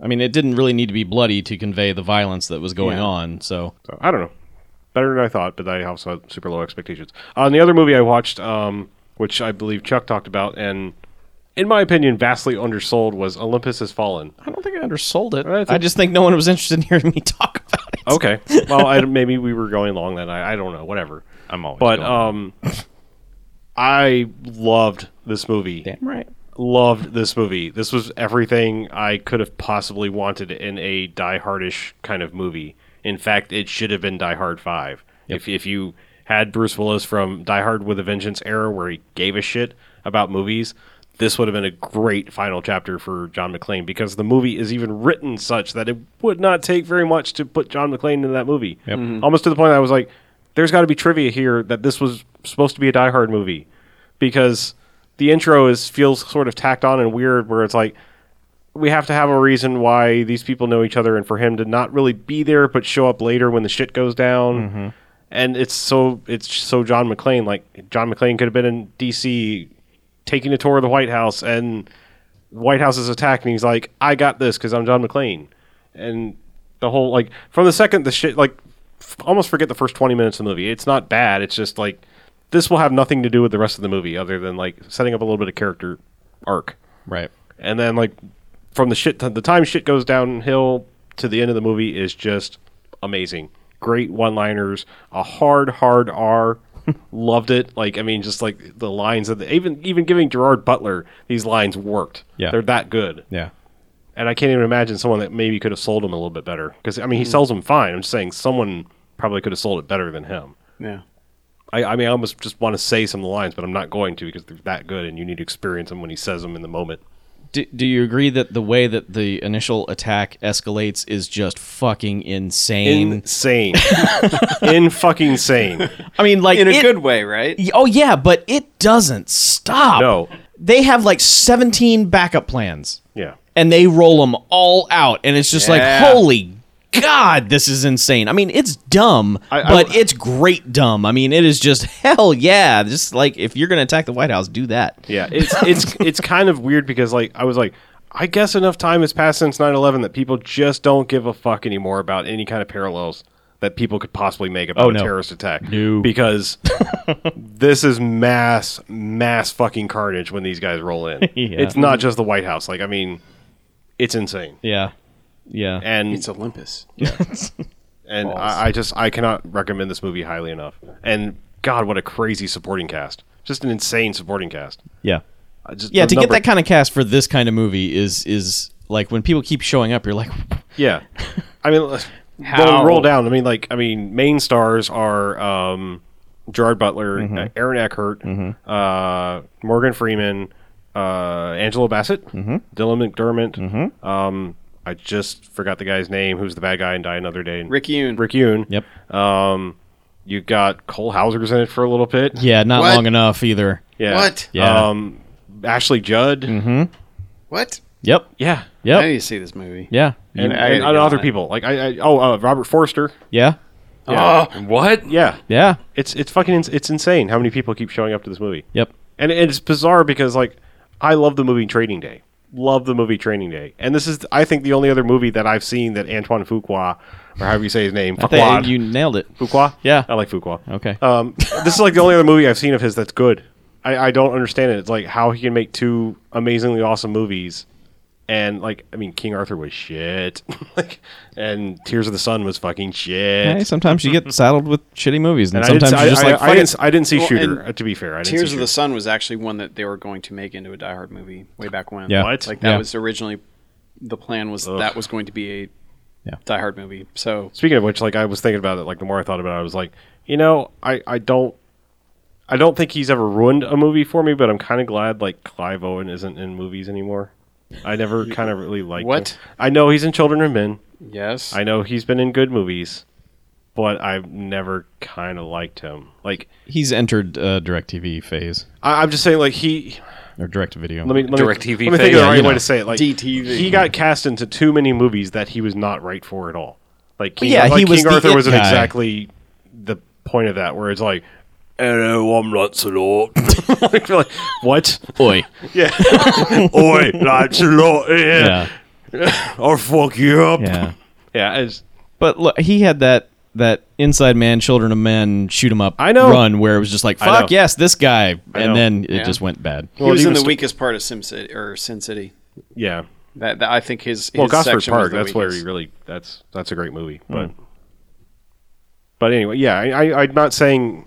I mean it didn't really need to be bloody to convey the violence that was going Yeah. on. So So, I don't know. Better than I thought, but I also had super low expectations. On the other movie I watched, um, which I believe Chuck talked about, and in my opinion, vastly undersold, was Olympus Has Fallen. I don't think I undersold it. I think- I just think no one was interested in hearing me talk about it. Okay. Well, I, maybe we were going long that night. I don't know. Whatever. I'm always But going. um, I loved this movie. Damn right. Loved this movie. This was everything I could have possibly wanted in a Die Hardish kind of movie. In fact, it should have been Die Hard Five. If if you had Bruce Willis from Die Hard with a Vengeance era, where he gave a shit about movies, this would have been a great final chapter for John McClane because the movie is even written such that it would not take very much to put John McClane into that movie. Almost to the point I was like, there's got to be trivia here that this was supposed to be a Die Hard movie because the intro is feels sort of tacked on and weird where it's like we have to have a reason why these people know each other and for him to not really be there but show up later when the shit goes down and it's so it's so john mcclane like john mcclane could have been in dc taking a tour of the white house and the white house is attacked and he's like i got this because i'm john mcclane and the whole like from the second the shit like f- almost forget the first 20 minutes of the movie it's not bad it's just like this will have nothing to do with the rest of the movie other than like setting up a little bit of character arc Right. and then like from the shit the time shit goes downhill to the end of the movie is just amazing great one-liners a hard hard r loved it like i mean just like the lines of the even even giving gerard butler these lines worked Yeah. they're that good Yeah. and i can't even imagine someone that maybe could have sold him a little bit better because i mean he sells them fine i'm just saying someone probably could have sold it better than him Yeah. I, I mean, I almost just want to say some of the lines, but I'm not going to because they're that good, and you need to experience them when he says them in the moment. Do, do you agree that the way that the initial attack escalates is just fucking insane? Insane, in fucking insane. I mean, like In a it- good way, right? Y- Oh yeah, but it doesn't stop. No. They have like 17 backup plans Yeah, and they roll them all out and it's just like Yeah. holy God, this is insane. I mean, it's dumb, I- I- but it's great dumb. I mean, it is just hell yeah. Just like if you're gonna attack the White House, do that. Yeah, it's it's it's kind of weird because like I was like, I guess enough time has passed since 9/11 that people just don't give a fuck anymore about any kind of parallels that people could possibly make about Oh, a no. terrorist attack. No. Because this is mass mass fucking carnage when these guys roll in. Yeah. It's not just the White House. Like I mean, it's insane. Yeah, yeah. And It's Olympus. and I, I just I cannot recommend this movie highly enough. And God, what a crazy supporting cast! Just an insane supporting cast. Yeah. I just, Yeah, the to get number- that kind of cast for this kind of movie is is like when people keep showing up, you're like, Yeah, I mean, How? well, roll down. I mean, like, I mean, main stars are um, Gerard Butler, Mm-hmm. uh, Aaron Eckhart, uh, Morgan Freeman, uh, Angela Bassett, Mm-hmm. Dylan McDermott. Um, I just forgot the guy's name. Who's the bad guy in Die Another Day? Rick Yoon. Rick Yoon. yep, Um, you got Cole Hauser's in it for a little bit. yeah, not What? long enough either. Yeah. What? Yeah. Mm. Mm-hmm. Um, Ashley Judd. What? Yep, Yeah. I need yep, to see this movie. yeah, And, I- and, and other people like I, I oh uh, Robert Forster. yeah, Oh, What? Yeah. yeah, It's it's fucking ins- it's insane how many people keep showing up to this movie. yep. And it's bizarre because like I love the movie Training Day. Love the movie Training Day. And this is I think the only other movie that I've seen that Antoine Fuqua or however you say his name, I think Fuqua. you nailed it. Fuqua? Yeah. I like Fuqua. Okay. Um, this is like the only other movie I've seen of his that's good. I, I don't understand it. It's like how he can make two amazingly awesome movies, and like I mean, King Arthur was shit, like, and Tears of the Sun was fucking shit. Hey, sometimes you get saddled with shitty movies, and, And sometimes I you're didn't, just I, like, I, fuck I, it. didn't, I didn't see Well, Shooter. and uh, To be fair, I didn't Tears see of the Shooter. Sun was actually one that they were going to make into a Die Hard movie way back when. Yeah. What? Like that Yeah. was originally the plan was that was going to be a Yeah. Die Hard movie. So Speaking of which, like I was thinking about it. Like the more I thought about it, I was like, you know, I, I don't. I don't think he's ever ruined a movie for me, but I'm kind of glad like Clive Owen isn't in movies anymore. I never kind of really liked him. What? I know he's in Children of Men. yes, I know he's been in good movies, but I've never kind of liked him. Like He's entered uh, Directv phase I, I'm just saying, like he. or direct video. Let me let DirecTV me, let me think phase. of the Yeah, right you way know. to say it. Like DTV. He got cast into too many movies that he was not right for at all. Like King, yeah, like he was King the Arthur it wasn't guy. exactly the point of that. Where it's like, "Eh, Hello, I'm Lancelot. like, you're like, what? Oi. Oi, Lancelot here. Yeah. I'll fuck you up. Yeah. Yeah, it's, But look, he had that that inside man, children of men, shoot 'em up, I know. run where it was just like, I know. fuck yes, this guy, know. and then it Yeah. just went bad. he was he in was the st- weakest part of Sim City or Sin City. yeah. That, that I think his, his Well, Gosford section was Park. the That's where weakest. he really. That's that's a great movie, Hmm. but. But anyway, yeah, I, I, I'm not saying.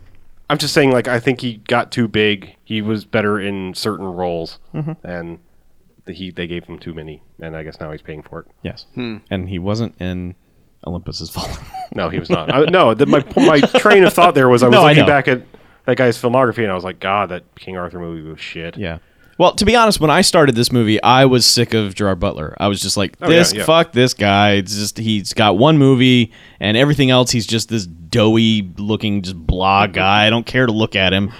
I'm just saying, like, I think he got too big. He was better in certain roles, Mm-hmm. and the, he they gave him too many, and I guess now he's paying for it. Yes. hmm. And he wasn't in Olympus Has Fallen. No, he was not. I, no, the, my my train of thought there was I was No, I looking know. back at that guy's filmography, and I was like, God, that King Arthur movie was shit. yeah. Well, to be honest, when I started this movie, I was sick of Gerard Butler. I was just like, Oh, yeah, this yeah. fuck this guy. It's just he's got one movie and everything else he's just this doughy looking just blah guy. I don't care to look at him.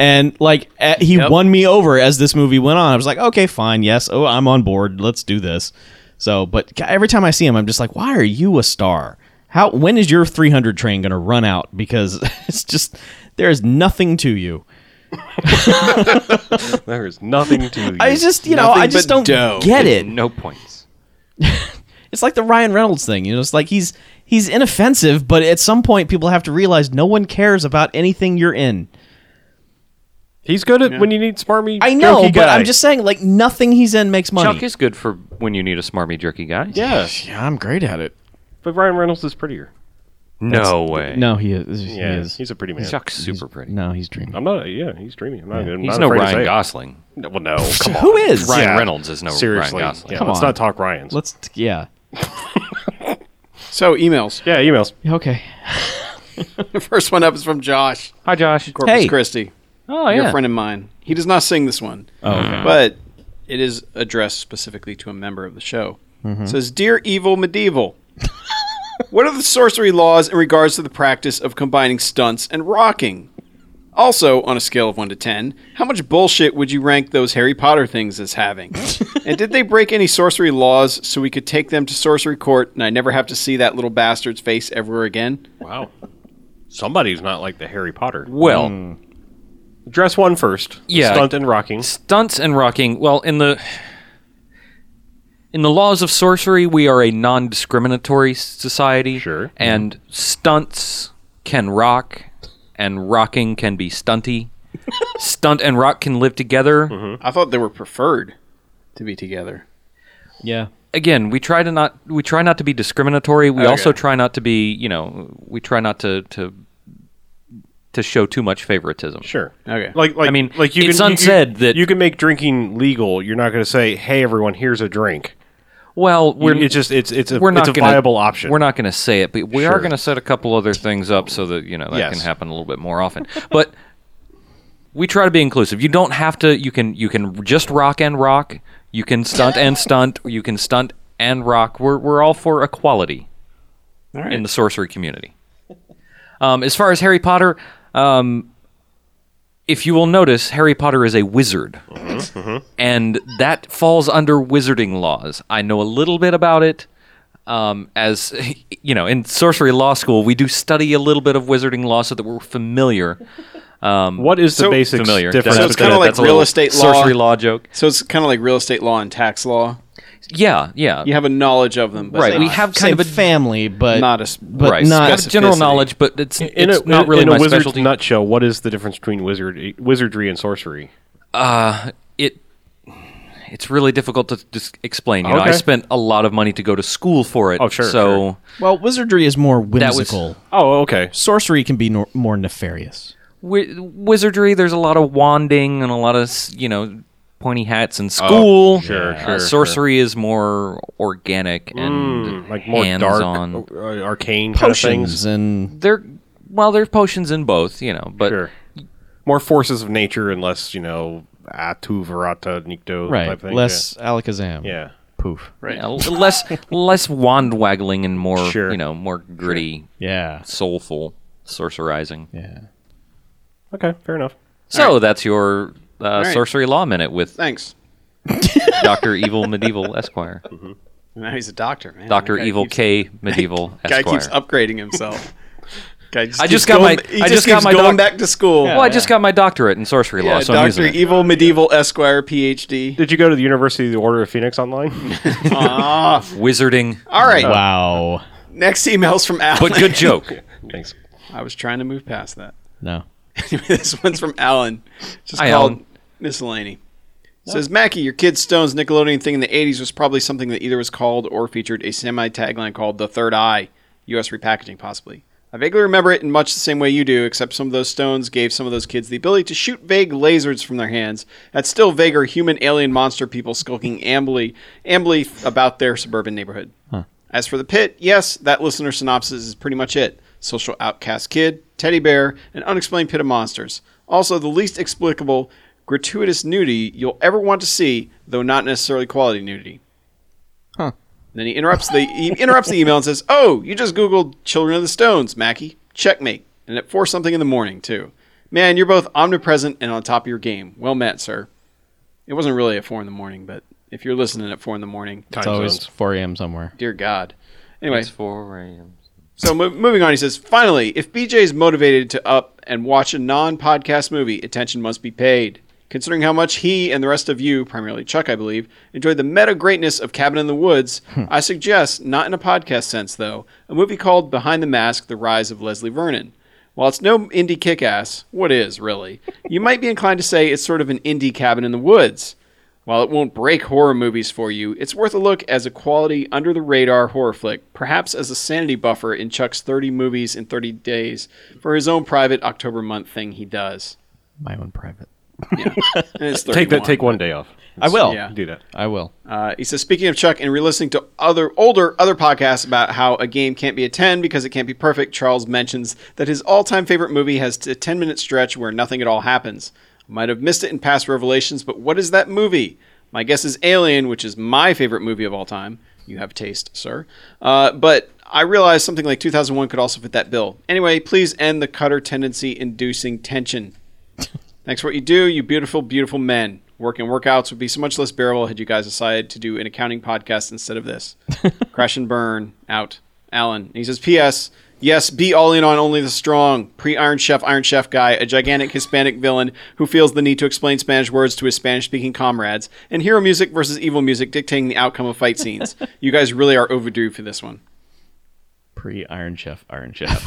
and like eh, he won me over as this movie went on. I was like, okay, fine. Yes. Oh, I'm on board. Let's do this. So, but g- every time I see him, I'm just like, why are you a star? How when is your 300 train going to run out because it's just there is nothing to you. There is nothing to. you. I just, you know, Nothing I just but don't dough. get it. No points. It's like the Ryan Reynolds thing, you know. It's like he's he's inoffensive, but at some point, people have to realize no one cares about anything you're in. he's good at when you need smarmy. I know, jokey but guy. I'm just saying, like nothing he's in makes money. Chuck is good for when you need a smarmy jerky guy. yeah. yeah, I'm great at it. But Ryan Reynolds is prettier. No way. No, he is. He Yeah, is. he's a pretty man. Chuck's super pretty. no, he's dreaming. I'm not. Yeah, he's dreamy. I'm not. I'm He's not no afraid to say Ryan it. Gosling. No, Well, no. Come on. Who is? Ryan Yeah. Reynolds is no Seriously. Ryan Gosling. Yeah, Come let's on. not talk Ryan's. Let's. Yeah. So emails. yeah, emails. Okay. The first one up is from Josh Hi, Josh. Corpus Hey. Christi, Oh your yeah. friend of mine. He does not sing this one, Oh, okay. but it is addressed specifically to a member of the show. Mm-hmm. It says, "Dear Evil Medieval." What are the sorcery laws in regards to the practice of combining stunts and rocking? Also, on a scale of 1 to 10, how much bullshit would you rank those Harry Potter things as having? and did they break any sorcery laws so we could take them to sorcery court and I never have to see that little bastard's face ever again? Wow. Somebody's not like the Harry Potter. Well, Hmm. Dress one first. Yeah. Stunt and rocking. stunts and rocking. Well, in the in the laws of sorcery, we are a non-discriminatory society. Sure. And stunts can rock, and rocking can be stunty. Stunt and rock can live together. Mm-hmm. I thought they were preferred to be together. Yeah. Again, we try to not we try not to be discriminatory. We Okay. also try not to be you know we try not to to to show too much favoritism. Sure. Okay. Like, like, I mean, like you it's can, you- unsaid you, that- you can make drinking legal. You're not going to say, "Hey, everyone, here's a drink." Well, we're it's just it's it's a we're it's not a gonna- viable option. We're not going to say it, but we Sure. are going to set a couple other things up so that you know that Yes. can happen a little bit more often. but we try to be inclusive. You don't have to. You can you can just rock and rock. You can stunt and stunt. You can stunt and rock. We're we're all for equality All right. in the sorcery community. Um, as far as Harry Potter, um, if you will notice, Harry Potter is a wizard, Mm-hmm. and that falls under wizarding laws. I know a little bit about it. Um, as you know, in sorcery law school, we do study a little bit of wizarding law so that we're familiar. What is the So- basic Familiar. difference? So it's between- kinda like that's a little real estate law. sorcery law joke. so it's kind of like real estate law and tax law. Yeah, yeah, You have a knowledge of them, but right. not- We have Same kind of a family, but not as but right, not- got a general specificity. knowledge, but it's in it's a, not in- really in my a wizard's specialty. nutshell. What is the difference between wizard wizardry and sorcery? it it's really difficult to just explain. You know, I Okay. spent a lot of money to go to school for it. Oh, sure, So sure. well, wizardry is more was- whimsical. Oh, okay. Sorcery can be nor- more nefarious. wi- wizardry, there's a lot of wanding and a lot of s- you know pointy hats in school. Oh, sure, Uh, sure, Mm. sorcery is more organic and Like more hands-on. dark, uh, arcane kind of things. Potions and There, well, there's potions in both. You know, but Sure. More forces of nature and less, you know, atu, virata, nikto right, type thing. less alakazam. Yeah. yeah. Poof. you know, l- less less wand waggling and more Sure. you know more gritty, Yeah. soulful sorcerizing. Yeah. Okay, fair enough. So that's your uh, right. sorcery law minute with Thanks. Doctor Evil Medieval Esquire. Now he's a doctor, man. Doctor That guy Evil keeps- K Medieval Guy Esquire. keeps upgrading himself. Guy I keeps just got my- going- He I just just got keeps my going doc- back to school. well, I just got my doctorate in sorcery law, Yeah, so I'm Doctor using it. Evil Medieval Esquire PhD. Did you go to the University of the Order of Phoenix online? Ah, Wizarding, all Uh, right. Wow. Next email's from Alan. but good joke. Thanks. I was trying to move past that. No. Anyway, this one's from Alan. Just Hi, called Alan. Miscellany. Says Mackie, your kid Stone's Nickelodeon thing in the '80s was probably something that either was called or featured a semi tagline called "The Third Eye," U.S. repackaging possibly. I vaguely remember it in much the same way you do, except some of those stones gave some of those kids the ability to shoot vague lasers from their hands at still vaguer human alien monster people skulking ambly, ambly about their suburban neighborhood. As for the pit, yes, that listener synopsis is pretty much it. Social outcast kid, teddy bear, and unexplained pit of monsters. Also, the least explicable, gratuitous nudity you'll ever want to see, though not necessarily quality nudity. And then he interrupts the e, he interrupts the email and says, "Oh, you just googled Children of the Stones, Mackie. Checkmate." And at four something in the morning too. Man, you're both omnipresent and on top of your game. Well met, sir. It wasn't really at four in the morning, but if you're listening at four in the morning, It's always 4 a.m. somewhere. dear God. Anyway, It's four a.m. so mo- moving on, he says, finally, if BJ is motivated to up and watch a non-podcast movie, attention must be paid. Considering how much he and the rest of you, primarily Chuck, I believe, enjoyed the meta greatness of Cabin in the Woods, I suggest, not in a podcast sense though, a movie called Behind the Mask: The Rise of Leslie Vernon. While it's no indie kick-ass, what is really? You might be inclined to say it's sort of an indie Cabin in the Woods. While it won't break horror movies for you, it's worth a look as a quality under the radar horror flick, perhaps as a sanity buffer in Chuck's 30 movies in 30 days for his own private October month thing he does. My own private. And it's Take that. 31. Take one day off. I will. yeah. Do that. I will. Uh, he says, speaking of Chuck and re-listening to other older other podcasts about how a game can't be a ten because it can't be perfect, Charles mentions that his all-time favorite movie has a ten-minute stretch where nothing at all happens. Might have missed it in past revelations, but what is that movie? My guess is Alien, which is my favorite movie of all time. You have taste, sir. Uh, but I realized something like 2001 could also fit that bill. Anyway, please end the cutter tendency inducing tension. Thanks for what you do, you beautiful, beautiful men. Work and workouts would be so much less bearable had you guys decided to do an accounting podcast instead of this. Crash and burn out. Alan. And he says, P.S. Yes, be all in on only the strong. Pre Iron Chef, Iron Chef guy, a gigantic Hispanic villain who feels the need to explain Spanish words to his Spanish speaking comrades, and hero music versus evil music dictating the outcome of fight scenes. you guys really are overdue for this one. Pre Iron Chef, Iron Chef.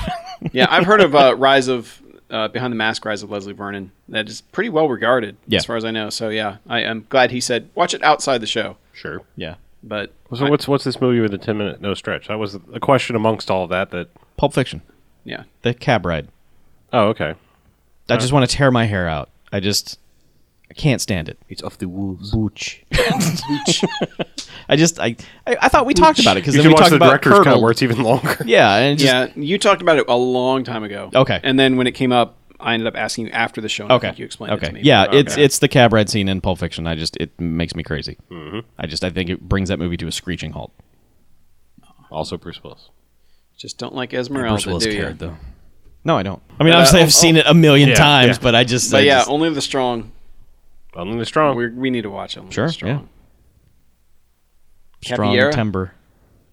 Yeah, I've heard of uh, Rise of uh, Behind the Mask, Rise of Leslie Vernon. That is pretty well regarded, Yeah. as far as I know. So yeah, I am glad he said watch it outside the show. Sure. yeah. But So what's what's this movie with a ten minute no stretch? That was a question amongst all of that. That Pulp Fiction, yeah, the cab ride. oh okay. I Uh. just want to tear my hair out. I just I can't stand it. It's off the wolves. Booch. I just I, I I thought we talked about it because you then should we watch talked the about director's cut Curdled. where it's even longer. Yeah, and it just, yeah, you talked about it a long time ago. Okay. and then when it came up, I ended up asking you after the show. And I Okay. think you explained okay. it to me. Yeah, it's it's the cab ride scene in Pulp Fiction. I just it makes me crazy. Mm-hmm. I just I think it brings that movie to a screeching halt. Also Bruce Willis. just don't like Esmeralda, Bruce Willis do you? cared, though. No, I don't. I mean, obviously I've seen it a million Yeah, times, yeah. but I just But I yeah, just- only the strong. Only the strong. We we need to watch it. Only Sure, the strong. strong Caviera? timber.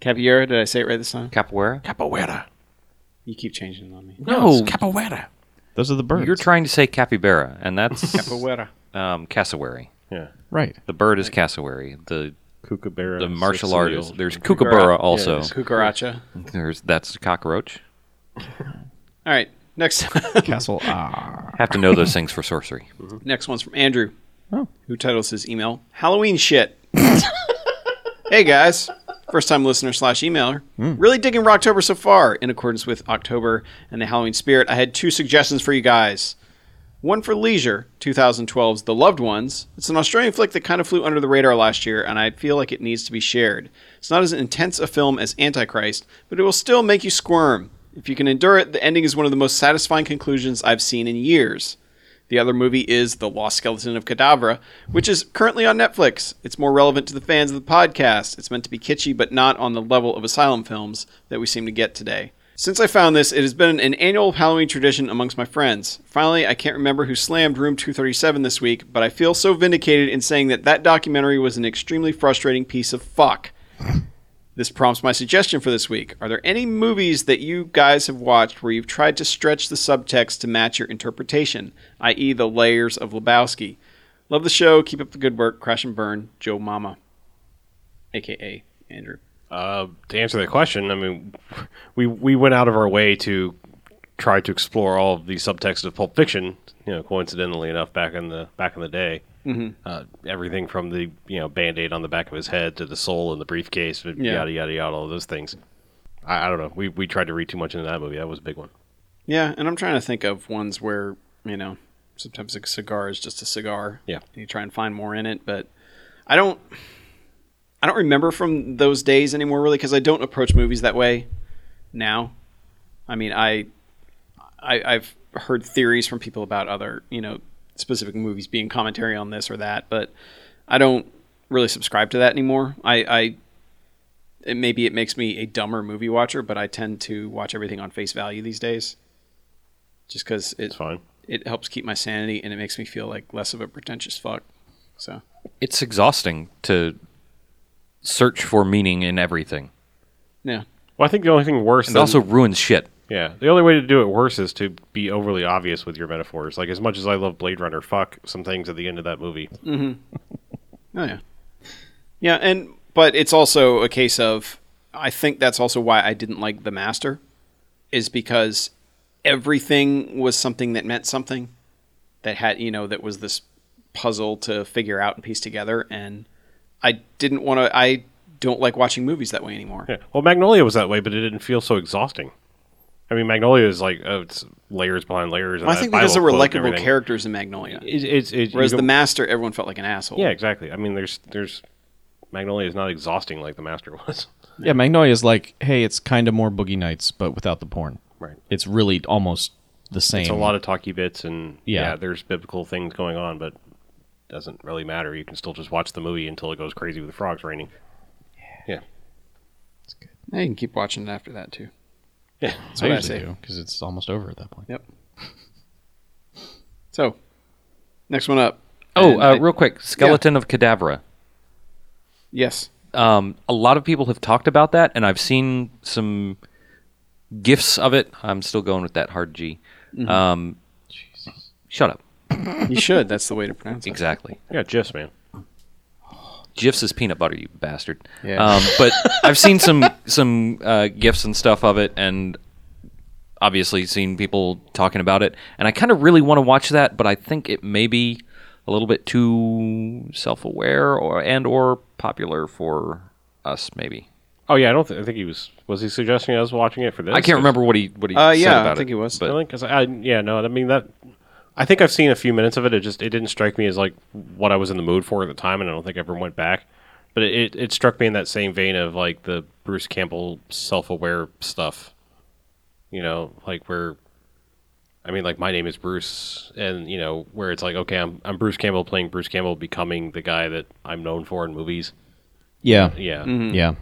Caballero, did I say it right this time? Capoeira? Capoeira. You keep changing it on me. No, Capoeira. Those are the birds. you're trying to say capybara, and that's Capoeira. um, cassowary. Yeah. right. The bird is cassowary. The Kookaburra. the martial Sicilian. artist. There's kookaburra also. there's Cucaracha. There's that's a cockroach. All right, next. Castle. Ah. Have to know those things for sorcery. Next one's from Andrew, who titles his email Halloween Shit. hey guys, first time listener slash emailer. Really digging Rocktober so far. In accordance with October and the Halloween spirit, I had two suggestions for you guys. One for Leisure, 2012's The Loved Ones. It's an Australian flick that kind of flew under the radar last year, and I feel like it needs to be shared. It's not as intense a film as Antichrist, but it will still make you squirm. If you can endure it, the ending is one of the most satisfying conclusions I've seen in years. The other movie is The Lost Skeleton of Cadavra, which is currently on Netflix. It's more relevant to the fans of the podcast. It's meant to be kitschy, but not on the level of asylum films that we seem to get today. Since I found this, it has been an annual Halloween tradition amongst my friends. Finally, I can't remember who slammed Room 237 this week, but I feel so vindicated in saying that that documentary was an extremely frustrating piece of fuck. This prompts my suggestion for this week. Are there any movies that you guys have watched where you've tried to stretch the subtext to match your interpretation, i.e., the layers of Lebowski? Love the show. Keep up the good work. Crash and burn. Joe Mama, aka Andrew. Uh, to answer that question, I mean, we we went out of our way to try to explore all of the subtext of Pulp Fiction. You know, coincidentally enough, back in the back in the day, uh, everything from the you know band aid on the back of his head to the soul in the briefcase, yada yada yada, all of those things. I, I don't know. We we tried to read too much into that movie. That was a big one. Yeah, and I'm trying to think of ones where you know sometimes a cigar is just a cigar. Yeah. and you try and find more in it, but I don't. I don't remember from those days anymore, really, because I don't approach movies that way now. I mean, I, I I've heard theories from people about other you know specific movies being commentary on this or that, but I don't really subscribe to that anymore. I, I it, maybe it makes me a dumber movie watcher, but I tend to watch everything on face value these days, just because it It's fine. it helps keep my sanity and it makes me feel like less of a pretentious fuck. So It's exhausting to search for meaning in everything. yeah, Well, I think the only thing worse It than- also ruins shit. Yeah, the only way to do it worse is to be overly obvious with your metaphors. Like as much as I love Blade Runner, fuck some things at the end of that movie. oh yeah, yeah, and but it's also a case of I think that's also why I didn't like The Master, is because everything was something that meant something, that had you know that was this puzzle to figure out and piece together, and I didn't want to. I don't like watching movies that way anymore. Yeah. Well, Magnolia was that way, but it didn't feel so exhausting. I mean, Magnolia is like oh, it's layers behind layers. And Well, I that think because Bible there were quote and likable everything. characters in Magnolia, It- it's it, you whereas go- The Master, everyone felt like an asshole. yeah, exactly. I mean, there's there's Magnolia is not exhausting like the Master was. Yeah, Magnolia is like, hey, it's kind of more Boogie Nights, but without the porn. Right. It's really almost the same. It's a lot of talky bits and Yeah. yeah, there's biblical things going on, but doesn't really matter. You can still just watch the movie until it goes crazy with the frogs raining. Yeah. Yeah, you can keep watching it after that too. Yeah. That's I what I usually say. do because it's almost over at that point. Yep. So Next one up. Oh, And uh, I- real quick, Skeleton of Cadabra. yes. Um, a lot of people have talked about that, and I've seen some gifs of it. I'm still going with that hard G. Um, shut up. You should. That's the way to pronounce it. Exactly. Yeah, just man. GIFs is peanut butter, you bastard. Yeah. Um, but I've seen some some uh, GIFs and stuff of it, and obviously seen people talking about it. And I kind of really want to watch that, but I think it may be a little bit too self aware or and or popular for us. Maybe Oh yeah, I don't. Th- I think he was. Was he suggesting I was watching it for this? I can't remember what he what he Uh, said yeah, I about think it. he was. but- Really? 'Cause I, yeah, no. I mean that. I think I've seen a few minutes of it. It just it didn't strike me as like what I was in the mood for at the time, and I don't think I ever went back. But it, it, it struck me in that same vein of like the Bruce Campbell self-aware stuff. You know, like where, I mean, like my name is Bruce, and you know where it's like okay, I'm I'm Bruce Campbell playing Bruce Campbell, becoming the guy that I'm known for in movies. Yeah. Yeah. Mm-hmm. Yeah.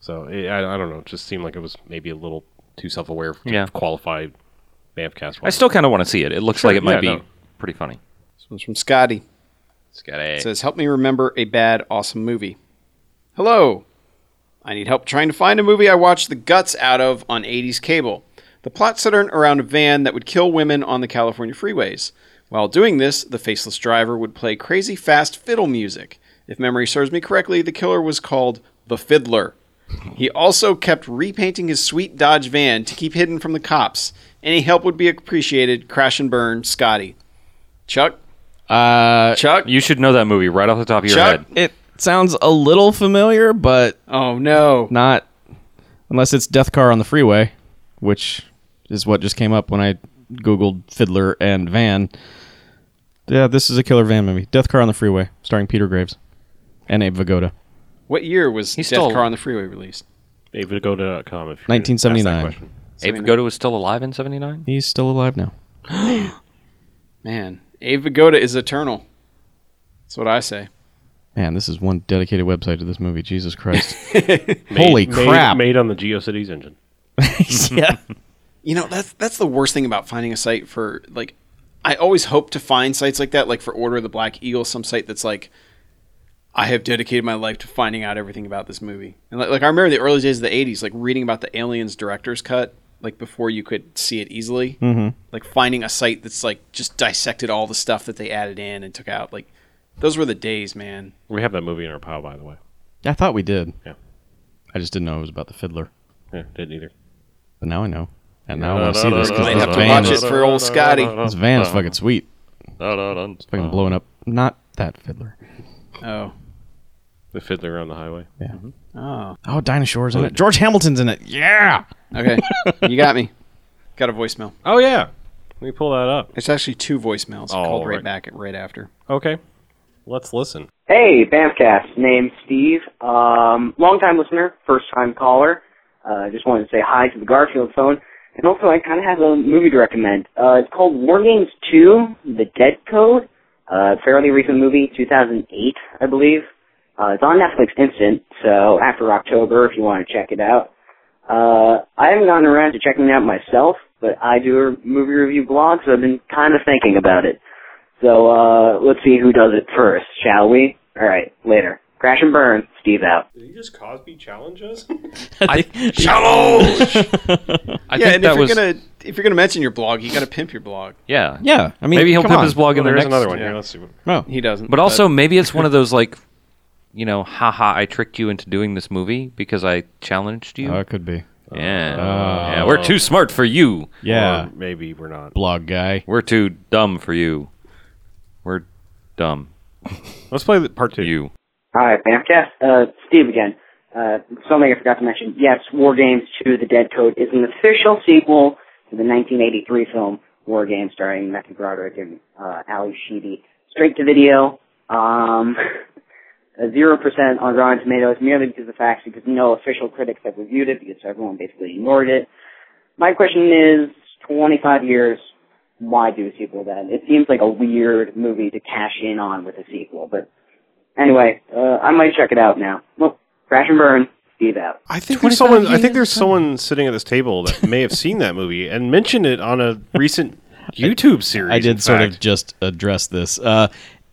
So it, I I don't know. It just seemed like it was maybe a little too self-aware to Yeah. qualify. Bamfcast. I still kind of want to see it. It looks Sure, like it might yeah, be no. pretty funny. This one's from Scotty. It says, Help me remember a bad, awesome movie. Hello. I need help trying to find a movie I watched the guts out of on 80s cable. The plot centered around a van that would kill women on the California freeways. While doing this, the faceless driver would play crazy fast fiddle music. If memory serves me correctly, the killer was called the Fiddler. He also kept repainting his sweet Dodge van to keep hidden from the cops. Any help would be appreciated. Crash and burn, Scotty. Chuck? Uh, Chuck? You should know that movie right off the top of your Chuck? head. it sounds a little familiar, but Oh, no. not unless it's Death Car on the Freeway, which is what just came up when I googled Fiddler and Van. Yeah, this is a killer van movie. Death Car on the Freeway, starring Peter Graves and Abe Vigoda, What year was Death still- Car on the Freeway released? Davidgoda.com if you're gonna ask that 1979. question. Abe Vigoda was still alive in '79. He's still alive now. Man, Abe Vigoda is eternal. That's what I say. Man, this is one dedicated website to this movie. Jesus Christ! Holy Made- crap! Made on the GeoCities engine. yeah. You know, that's that's the worst thing about finding a site for like I always hope to find sites like that, like for Order of the Black Eagle, some site that's like I have dedicated my life to finding out everything about this movie. And like, like I remember the early days of the 80s, like reading about the Aliens director's cut, like before you could see it easily. Mm-hmm. Like finding a site that's like just dissected all the stuff that they added in and took out. Like those were the days, man. We have that movie in our pile, by the way. I thought we did. Yeah. I just didn't know it was about the Fiddler, Yeah, didn't either. but now I know. And now I want to see this because Might this have to van watch is it Oh. for old Scotty. This van is fucking sweet. It's fucking blowing up. Not that fiddler. Oh. The Fiddler on the Highway. Oh. Oh, dinosaurs in it. George Hamilton's in it. Yeah. Okay. you got me. Got a voicemail. Oh, yeah. Let me pull that up. It's actually two voicemails. I Oh, called right, right. back right after. Okay. Let's listen. Hey, Bamcast. Name's Steve. Um, long-time listener, first-time caller. Uh, just wanted to say hi to the Garfield phone. And also, I kind of have a movie to recommend. Uh, it's called War Games 2, The Dead Code. Uh, fairly recent movie, 2008, I believe. Uh, it's on Netflix Instant, so after October, if you want to check it out. Uh, I haven't gotten around to checking it out myself, but I do a movie review blog, so I've been kind of thinking about it. So uh let's see who does it first, shall we? All right, later. Crash and burn. Steve out. Did you just Cosby challenge us? I yeah, think and that if you're was gonna if you're gonna mention your blog, you gotta pimp your blog. yeah. Yeah. I mean, Maybe he'll come pimp on. his blog in the there's next another one yeah. here. Let's see. What, Oh. He doesn't. But also, maybe it's one of those like, you know, haha, I tricked you into doing this movie because I challenged you. Oh, it could be. yeah. yeah, we're too smart for you. Yeah. or maybe we're not. blog guy. We're too dumb for you. We're dumb. Let's play the part two. You. All right, Bamcast. Uh, Steve again. Uh, something I forgot to mention. Yes, War Games 2: The Dead Code is an official sequel to the 1983 film War Games, starring Matthew Broderick and uh, Ali Sheedy. Straight to video. Um, zero percent on Rotten Tomatoes, merely because of the facts, because no official critics have reviewed it, because everyone basically ignored it. My question is, 25 years, why do a sequel then? It seems like a weird movie to cash in on with a sequel, but anyway, uh, I might check it out now. Well, crash and burn. Steve out. I think there's someone. I think there's someone sitting at this table that may have seen that movie and mentioned it on a recent YouTube series. I did in sort fact. of just address this. Uh,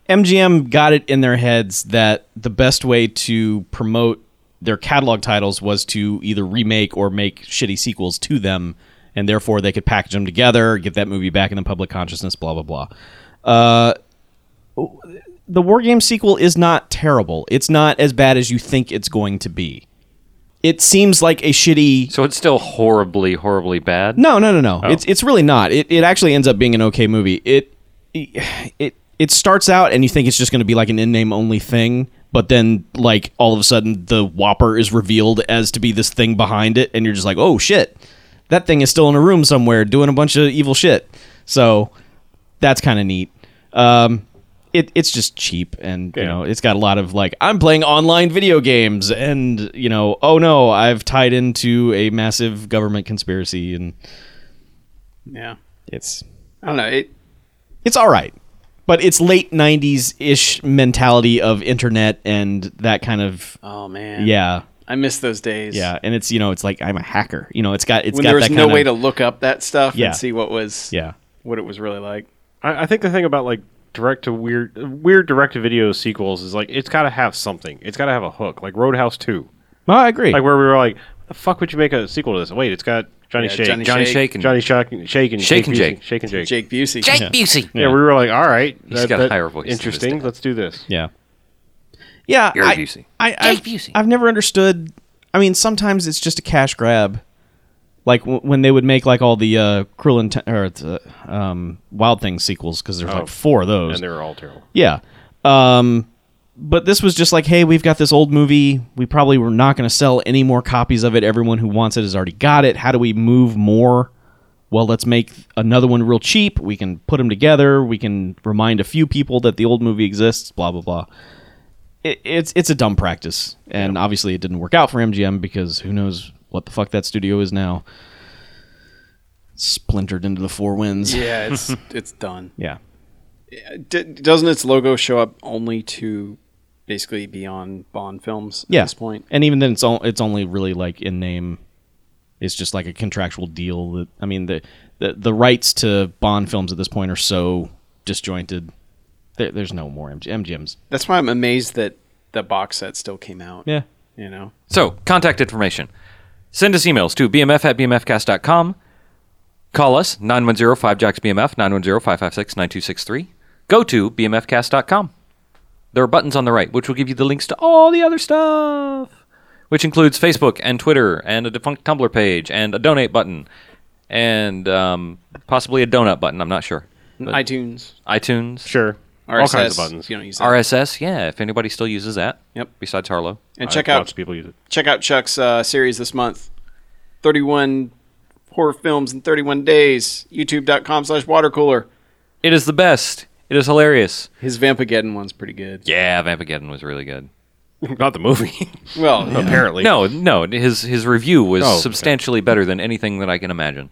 MGM got it in their heads that the best way to promote their catalog titles was to either remake or make shitty sequels to them, and therefore they could package them together, get that movie back in the public consciousness, blah blah blah. Uh, the War Game sequel is not terrible. It's not as bad as you think it's going to be. It seems like a shitty So it's still horribly, horribly bad. no, no, no, no. It's it's really not. It it actually ends up being an okay movie. It it it starts out and you think it's just going to be like an in name only thing, but then like all of a sudden the Whopper is revealed as to be this thing behind it, and you're just like, oh shit, that thing is still in a room somewhere doing a bunch of evil shit. So that's kind of neat. Um, it, it's just cheap and you Yeah. know it's got a lot of like i'm playing online video games and you know oh no i've tied into a massive government conspiracy and Yeah. it's I don't know. It, it's all right but it's late 90s ish mentality of internet and that kind of oh man. yeah I miss those days. yeah and it's you know it's like i'm a hacker you know it's got it's When got there was that no kind way of, to look up that stuff Yeah. and see what was yeah what it was really like. I, I think the thing about like direct to weird weird direct to video sequels is like it's got to have something. It's got to have a hook, like Roadhouse Two, well, i agree like where we were like, the fuck would you make a sequel to this? Wait, it's got Johnny Yeah, Shake, Johnny Johnny Shake. Shaken. Johnny Shock, Shake and Shake and Busey- Jake. Shake and Jake. Jake Busey. Jake Busey. Yeah, we were like, all right, He's got a higher voice than his Interesting. dad. Let's do this. yeah yeah Gary I, Busey. I, I've, Busey. I've never understood i mean sometimes it's just a cash grab like w- when they would make like all the uh cruel and or the, um wild things sequels because there's like four of those And they were all terrible. Yeah. Um, but this was just like, hey, we've got this old movie. We probably were not going to sell any more copies of it. Everyone who wants it has already got it. How do we move more? Well, let's make another one real cheap. We can put them together. We can remind a few people that the old movie exists. Blah blah blah. It, it's it's a dumb practice, and obviously it didn't work out for MGM because who knows what the fuck that studio is now. Splintered into the four winds. Yeah, it's it's done. yeah. D- doesn't its logo show up only to basically be on Bond films at yeah. this point? And even then, it's all, it's only really like in name. It's just like a contractual deal that I mean the the, the rights to Bond films at this point are so disjointed. There, there's no more MG, MGM's. That's why I'm amazed that the box set still came out. Yeah. You know? So, contact information. Send us emails to bmf at bmfcast.com. Call us, 910-5JOCKS-BMF, 910-556-9263. Go to bmfcast.com. There are buttons on the right, which will give you the links to all the other stuff, which includes Facebook and Twitter and a defunct Tumblr page and a donate button and um, possibly a donut button. I'm not sure. iTunes, iTunes, Sure. RSS, All kinds of buttons. You don't use that. RSS. Yeah, if anybody still uses that. Yep. Besides Harlow. and I've check out watched people use it. check out Chuck's uh, series this month. 31 horror films in 31 days. YouTube.com slash watercooler. It is the best. It is hilarious. His Vampageddon one's pretty good. Yeah, Vampageddon was really good. Not the movie, Well, yeah. apparently. No, no, his his review was okay. substantially better than anything that I can imagine.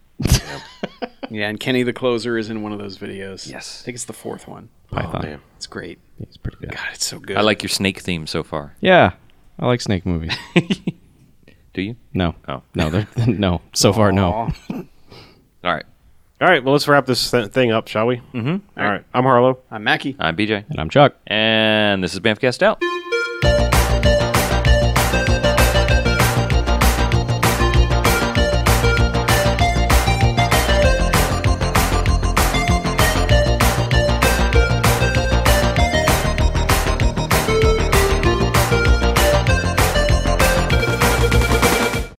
yeah, and Kenny the Closer is in one of those videos. Yes. I think it's the fourth one. Python. damn. It's great. It's pretty good. God, it's so good. I like your snake theme so far. Yeah, I like snake movies. Do you? No. Oh. No. they're- No. So far, no. All right. All right, well, let's wrap this th- thing up, shall we? Mm-hmm. All right. I'm Harlow. I'm Uh, Mackie. I'm BJ, And I'm Chuck. and this is Bamfcast out.